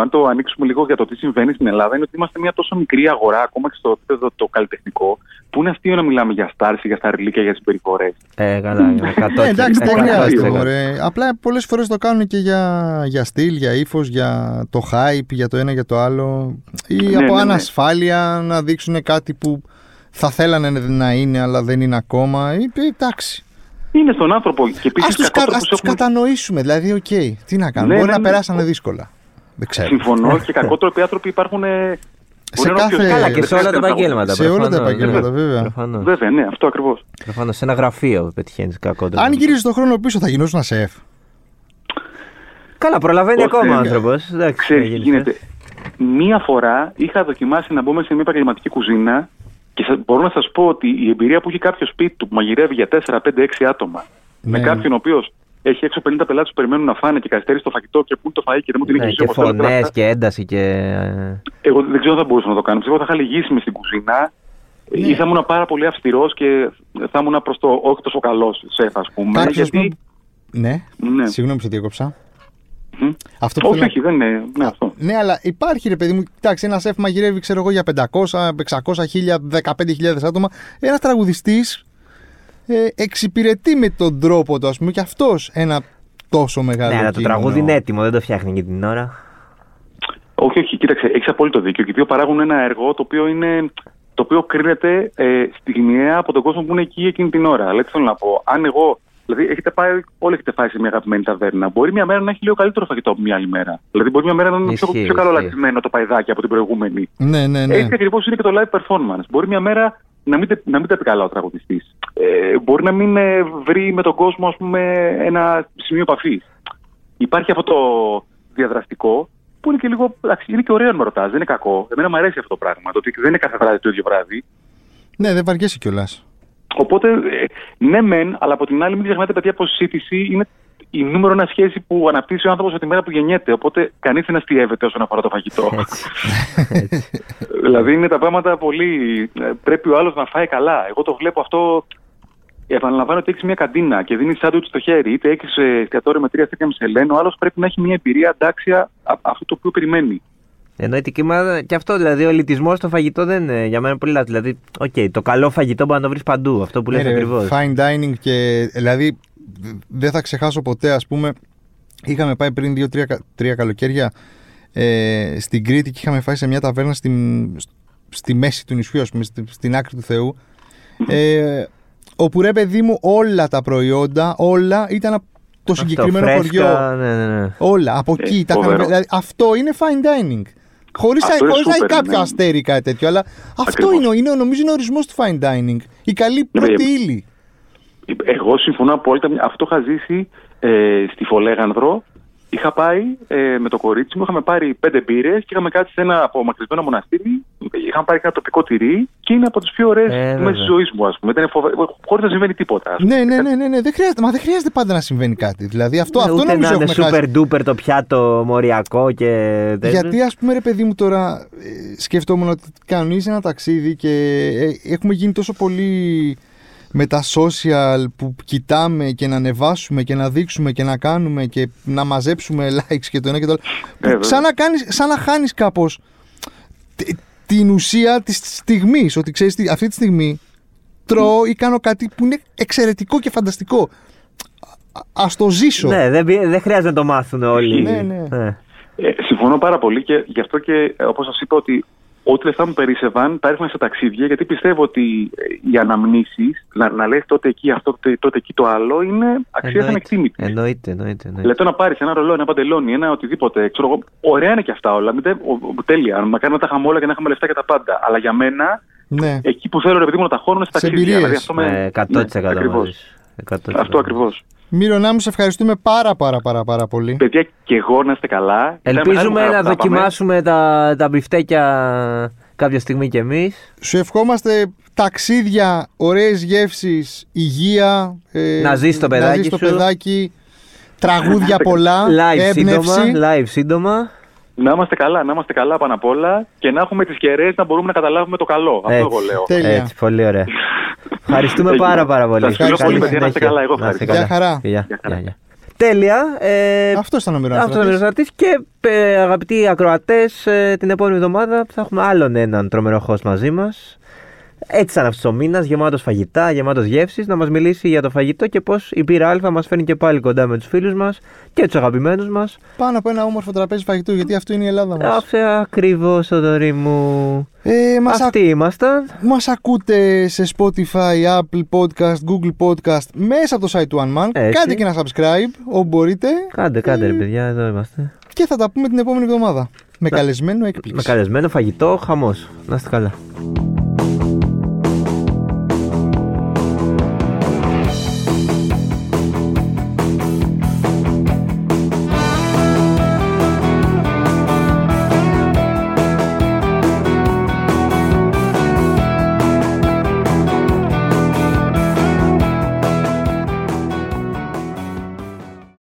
[SPEAKER 3] αν το ανοίξουμε λίγο για το τι συμβαίνει στην Ελλάδα, είναι ότι είμαστε μια τόσο μικρή αγορά, ακόμα και στο επίπεδο το καλλιτεχνικό, που είναι αστείο να μιλάμε για στάρση, για σταριλίκια, για συμπεριφορές.
[SPEAKER 2] Ε, καλά, ε, είναι 100%.
[SPEAKER 1] Ναι, εντάξει, δεν
[SPEAKER 2] 100%.
[SPEAKER 1] χρειάζεται. μωρέ. Απλά πολλές φορές το κάνουν και για, για στυλ, για ύφος, για το hype, για το ένα για το άλλο. ή
[SPEAKER 3] Ναι,
[SPEAKER 1] από
[SPEAKER 3] ναι, ναι.
[SPEAKER 1] ανασφάλεια να δείξουν κάτι που θα θέλανε να είναι, αλλά δεν είναι ακόμα. Ή, ε, εντάξει.
[SPEAKER 3] Είναι στον άνθρωπο και
[SPEAKER 1] Α
[SPEAKER 3] επίση
[SPEAKER 1] του
[SPEAKER 3] κακό τρόπο έχουμε.
[SPEAKER 1] κατανοήσουμε, δηλαδή, οκ. Τι να κάνουμε.
[SPEAKER 3] Ναι,
[SPEAKER 1] Μπορεί
[SPEAKER 3] ναι,
[SPEAKER 1] να
[SPEAKER 3] ναι.
[SPEAKER 1] περάσανε δύσκολα. Δεν ξέρω.
[SPEAKER 3] Συμφωνώ και κακό τρόπο οι άνθρωποι υπάρχουν. ε, μπορεί να είναι
[SPEAKER 1] κάθε-
[SPEAKER 3] όποιος-
[SPEAKER 2] Καλά,
[SPEAKER 1] Ε,
[SPEAKER 2] και σε όλα τα επαγγέλματα.
[SPEAKER 1] σε όλα τα
[SPEAKER 2] προφανώς,
[SPEAKER 1] επαγγέλματα,
[SPEAKER 2] ναι.
[SPEAKER 1] βέβαια.
[SPEAKER 2] Προφανώς.
[SPEAKER 3] Βέβαια, ναι, αυτό ακριβώς.
[SPEAKER 2] Προφανώς, σε ένα γραφείο πετυχαίνεις κακό τρόπο.
[SPEAKER 1] Αν γυρίζεις τον χρόνο πίσω, θα γινόσουν σεφ.
[SPEAKER 2] Καλά, προλαβαίνει
[SPEAKER 3] Ώστε-
[SPEAKER 2] ακόμα ο άνθρωπος. Εντάξει,
[SPEAKER 3] ναι, Ξέρεις
[SPEAKER 2] θα
[SPEAKER 3] τι
[SPEAKER 2] γίνεις.
[SPEAKER 3] γίνεται. Μία φορά είχα δοκιμάσει να μπούμε σε μια επαγγελματική κουζίνα και σα- μπορώ να σας πω ότι η εμπειρία που έχει κάποιος σπίτι του που μαγειρεύει για 4, 5, 6 άτομα
[SPEAKER 1] Ναι.
[SPEAKER 3] με κάποιον ο οποίος έχει έξω 50 πελάτες που περιμένουν να φάνε και καθυστερεί το φαγητό και πού είναι το φαγητό και δεν μου την
[SPEAKER 2] Ναι,
[SPEAKER 3] έχει
[SPEAKER 2] και
[SPEAKER 3] ζήσει όπως θέλω,
[SPEAKER 2] φωνέ
[SPEAKER 3] αυτά.
[SPEAKER 2] και ένταση και. ε,
[SPEAKER 3] Εγώ δεν ξέρω αν θα μπορούσα να το κάνω. Ψεύω θα είχα λυγίσει μες στην κουζίνα
[SPEAKER 1] Ναι.
[SPEAKER 3] ή θα ήμουν πάρα πολύ αυστηρός και θα ήμουν προς το όχι τόσο καλός σεφ, ας πούμε.
[SPEAKER 1] Κάποιος, ας
[SPEAKER 3] γιατί...
[SPEAKER 1] Ναι.
[SPEAKER 3] Ναι.
[SPEAKER 1] Συγγνώμη που σε διακόψα.
[SPEAKER 3] Μμ.
[SPEAKER 1] Αυτό που θέλω
[SPEAKER 3] Όχι,
[SPEAKER 1] να-
[SPEAKER 3] όχι, δεν είναι. Ναι, αυτό.
[SPEAKER 1] Ναι, αλλά υπάρχει ρε παιδί μου. Κοιτάξτε, ένα σεφ μαγειρεύει, ξέρω εγώ, για 500, 600, 1000, 15.000 άτομα. Ένας τραγουδιστής ε, εξυπηρετεί με τον τρόπο του, ας πούμε, και αυτός ένα τόσο μεγάλο.
[SPEAKER 2] Ναι, αλλά το
[SPEAKER 1] κείμενο.
[SPEAKER 2] τραγούδι είναι έτοιμο, δεν το φτιάχνει και την ώρα.
[SPEAKER 3] Όχι, όχι, κοίταξε, έχεις απόλυτο δίκιο. Και οι δύο παράγουν ένα έργο το οποίο, είναι, το οποίο κρίνεται ε, στιγμιαία από τον κόσμο που είναι εκεί εκείνη την ώρα. Αλλά τι θέλω να πω. Αν εγώ. Δηλαδή, έχετε πάει, όλοι έχετε φάει σε μια αγαπημένη ταβέρνα. Μπορεί μια μέρα να έχει λίγο καλύτερο φαγητό από μια άλλη μέρα. Δηλαδή, μπορεί μια μέρα να είναι πιο,
[SPEAKER 2] Ισχύει,
[SPEAKER 3] πιο καλολατημένο
[SPEAKER 2] ισχύει.
[SPEAKER 3] το παϊδάκι από την προηγούμενη.
[SPEAKER 1] Ναι, ναι, ναι.
[SPEAKER 3] Έτσι ακριβώς είναι και το live performance. Μπορεί μια μέρα να μην, τε- να μην τα πει καλά ο τραγουδιστής. Ε, μπορεί να μην ε, βρει με τον κόσμο ας πούμε, ένα σημείο επαφής. Υπάρχει αυτό το διαδραστικό που είναι και λίγο. εντάξει, Είναι και ωραίο να με ρωτάς, δεν είναι κακό. Εμένα μου αρέσει αυτό το πράγμα. Το ότι δεν είναι κάθε βράδυ το ίδιο βράδυ.
[SPEAKER 1] Ναι, δεν βαριέσαι κιόλας.
[SPEAKER 3] Οπότε, ε, ναι, μεν, αλλά από την άλλη, μην ξεχνάτε, παιδιά, πως η σύντηση είναι η νούμερο ένα σχέση που αναπτύσσει ο άνθρωπος από τη μέρα που γεννιέται. Οπότε, κανείς δεν αστείευεται όσον αφορά το φαγητό.
[SPEAKER 2] Έτσι.
[SPEAKER 3] Δηλαδή είναι τα πράγματα πολύ. ε, Πρέπει ο άλλος να φάει καλά. Εγώ το βλέπω αυτό. Επαναλαμβάνω ότι έχεις μια καντίνα και δίνεις σάντουιτ στο χέρι, είτε έχεις εστιατόριο με τρία στέκια μισελέν, ο άλλος πρέπει να έχει μια εμπειρία αντάξια α- αυτού το οποίο περιμένει.
[SPEAKER 2] Ενώ η κύμα και αυτό, δηλαδή ο ελιτισμός στο φαγητό δεν είναι για μένα είναι πολύ λάθος. Δηλαδή, οκ, το καλό φαγητό μπορεί να το βρεις παντού. Αυτό που λες
[SPEAKER 1] Ναι, ρε,
[SPEAKER 2] ακριβώς.
[SPEAKER 1] Fine dining και. Δηλαδή, δ- δεν θα ξεχάσω ποτέ, ας πούμε. Είχαμε πάει πριν δύο-τρία κα- τρία καλοκαίρια ε, στην Κρήτη και είχαμε φάει σε μια ταβέρνα στην, στη μέση του νησιού, ας πούμε, στη- στην άκρη του Θεού. Ε, όπου ρε παιδί μου όλα τα προϊόντα, όλα ήταν από το συγκεκριμένο χωριό.
[SPEAKER 2] Ναι, ναι, ναι.
[SPEAKER 1] Όλα, από
[SPEAKER 3] Ε,
[SPEAKER 1] εκεί. τα είχαμε
[SPEAKER 3] φοβερό.
[SPEAKER 1] βρει. δηλαδή, αυτό είναι fine dining. Χωρίς
[SPEAKER 3] Αυτό είναι
[SPEAKER 1] να έχει
[SPEAKER 3] super,
[SPEAKER 1] κάποιο
[SPEAKER 3] ναι.
[SPEAKER 1] αστέρι ή κάτι τέτοιο, αλλά αυτό
[SPEAKER 3] Ακριβώς.
[SPEAKER 1] είναι, ο- είναι, ο- νομίζω είναι ο ορισμός του fine dining. Η καλή
[SPEAKER 3] Ναι,
[SPEAKER 1] πρώτη
[SPEAKER 3] ναι.
[SPEAKER 1] ύλη.
[SPEAKER 3] Εγώ συμφωνώ απόλυτα. Αυτό είχα ζήσει ε, στη Φολέγανδρο. Είχα πάει ε, με το κορίτσι μου, είχαμε πάρει πέντε μπύρες και είχαμε κάτσει σε ένα απομακρυσμένο μοναστήρι. Είχαμε πάρει ένα τοπικό τυρί και είναι από τις πιο ωραίες
[SPEAKER 2] Ε,
[SPEAKER 3] στιγμές της
[SPEAKER 2] βέβαια.
[SPEAKER 3] ζωής μου, ας πούμε. Ήταν φοβε... Χωρίς να συμβαίνει τίποτα. ας πούμε.
[SPEAKER 1] Ναι, ναι, ναι, ναι, ναι. Δεν χρειάζεται, μα δεν χρειάζεται πάντα να συμβαίνει κάτι. Δηλαδή αυτό,
[SPEAKER 2] Ναι,
[SPEAKER 1] αυτό
[SPEAKER 2] Ούτε
[SPEAKER 1] νομίζω
[SPEAKER 2] να είναι
[SPEAKER 1] έχουμε χάσει.
[SPEAKER 2] super duper το πιάτο μοριακό και. τέτοιο.
[SPEAKER 1] Γιατί ας πούμε, ρε παιδί μου, τώρα ε, σκεφτόμουν ότι κανονίζει ένα ταξίδι και ε, έχουμε γίνει τόσο πολύ με τα social που κοιτάμε και να ανεβάσουμε και να δείξουμε και να κάνουμε και να μαζέψουμε likes και το ένα και το άλλο.
[SPEAKER 3] Ε,
[SPEAKER 1] που σαν να, κάνεις, σαν να χάνεις κάπως τ- την ουσία της στιγμής. Ότι ξέρεις, τι, αυτή τη στιγμή τρώω ή κάνω κάτι που είναι εξαιρετικό και φανταστικό. Α- Ας το ζήσω.
[SPEAKER 2] Ναι, δεν, πη- δεν χρειάζεται να το μάθουν όλοι.
[SPEAKER 1] Ναι, ναι.
[SPEAKER 3] Ε, συμφωνώ πάρα πολύ και γι' αυτό και όπως σας είπα ότι ό,τι λεφτά μου περίσευαν τα έριχνα σε ταξίδια γιατί πιστεύω ότι ε, οι αναμνήσεις, να, να λες τότε εκεί αυτό, τότε, τότε εκεί το άλλο, είναι αξία ανεκτήμητη.
[SPEAKER 2] Εννοείται, εννοείται. εννοείται.
[SPEAKER 3] Δηλαδή το να πάρεις ένα ρολόι, ένα παντελόνι, ένα οτιδήποτε. Ξέρω εγώ, ωραία είναι και αυτά όλα. Μην, τε- ο- ο- τέλεια. Μακάρι να τα είχαμε όλα και να είχαμε λεφτά και τα πάντα. Αλλά για μένα,
[SPEAKER 1] Ναι.
[SPEAKER 3] εκεί που θέλω ρε παιδί μου να τα χώνω είναι στα
[SPEAKER 1] Σε
[SPEAKER 3] ταξίδια. Δηλαδή,
[SPEAKER 1] εμπειρίες.
[SPEAKER 3] αυτό
[SPEAKER 2] Ε, 100%
[SPEAKER 3] ναι,
[SPEAKER 2] μαζί
[SPEAKER 3] ακριβώς.
[SPEAKER 2] σου. 100%.
[SPEAKER 3] Αυτό ακριβώς.
[SPEAKER 1] Μύρο, να μου σε ευχαριστούμε πάρα πάρα πάρα πάρα πολύ.
[SPEAKER 3] Παιδιά, και εγώ να είστε καλά. Ήταν μεγάλη μου
[SPEAKER 2] Ελπίζουμε
[SPEAKER 3] χαρά
[SPEAKER 2] να
[SPEAKER 3] που τα πάμε.
[SPEAKER 2] δοκιμάσουμε τα, τα μπιφτέκια κάποια στιγμή κι εμείς.
[SPEAKER 1] Σου ευχόμαστε ταξίδια, ωραίες γεύσεις, υγεία. ε,
[SPEAKER 2] Να ζεις το
[SPEAKER 1] Να
[SPEAKER 2] παιδάκι
[SPEAKER 1] ζεις το
[SPEAKER 2] σου.
[SPEAKER 1] παιδάκι. Τραγούδια πολλά,
[SPEAKER 2] Live σύντομα,
[SPEAKER 1] έμπνευση.
[SPEAKER 2] live σύντομα.
[SPEAKER 3] Να είμαστε καλά, να είμαστε καλά πάνω απ' όλα και να έχουμε τις κεραίες να μπορούμε να καταλάβουμε το καλό. Αυτό
[SPEAKER 2] Έτσι.
[SPEAKER 3] εγώ λέω.
[SPEAKER 1] Τέλεια.
[SPEAKER 2] Έτσι, πολύ ωραία. Ευχαριστούμε
[SPEAKER 3] Έγινε.
[SPEAKER 2] πάρα πάρα πολύ.
[SPEAKER 3] Σας ευχαριστώ
[SPEAKER 2] Καλή
[SPEAKER 1] πολύ, παιδιά.
[SPEAKER 3] Να είστε
[SPEAKER 2] συνέχεια.
[SPEAKER 3] καλά, εγώ
[SPEAKER 2] Να είστε
[SPEAKER 3] ευχαριστώ.
[SPEAKER 1] Γεια χαρά.
[SPEAKER 2] Γεια,
[SPEAKER 3] Γεια χαρά.
[SPEAKER 2] γεια, γεια. Τέλεια. Ε,
[SPEAKER 1] Αυτός ήταν ο Μύρο
[SPEAKER 2] Αυτό είναι ο Ρωτής και ε, αγαπητοί ακροατές, την επόμενη εβδομάδα θα έχουμε άλλον έναν τρομερό host μαζί μας. Έτσι σαν αυτός ο μήνας, γεμάτος φαγητά, γεμάτος γεύσει, να μας μιλήσει για το φαγητό και πώς η πύρα Α μας φέρνει και πάλι κοντά με τους φίλους μας και τους αγαπημένους μας.
[SPEAKER 1] Πάνω από ένα όμορφο τραπέζι φαγητού, γιατί αυτό είναι η Ελλάδα μας.
[SPEAKER 2] Αυτό ακριβώ, Θοδωρή μου.
[SPEAKER 1] Ε, μας, α...
[SPEAKER 2] Αυτοί ήμασταν.
[SPEAKER 1] μας ακούτε σε Spotify, Apple Podcast, Google Podcast, μέσα από το site του OneMan.
[SPEAKER 2] Έτσι.
[SPEAKER 1] Κάντε και ένα subscribe, όπου μπορείτε.
[SPEAKER 2] Κάντε, κάντε,
[SPEAKER 1] Ε.
[SPEAKER 2] ρε παιδιά, εδώ είμαστε.
[SPEAKER 1] Και θα τα πούμε την επόμενη εβδομάδα. Με καλεσμένο έκπληξη.
[SPEAKER 2] Με καλεσμένο φαγητό, χαμός. Να είστε καλά.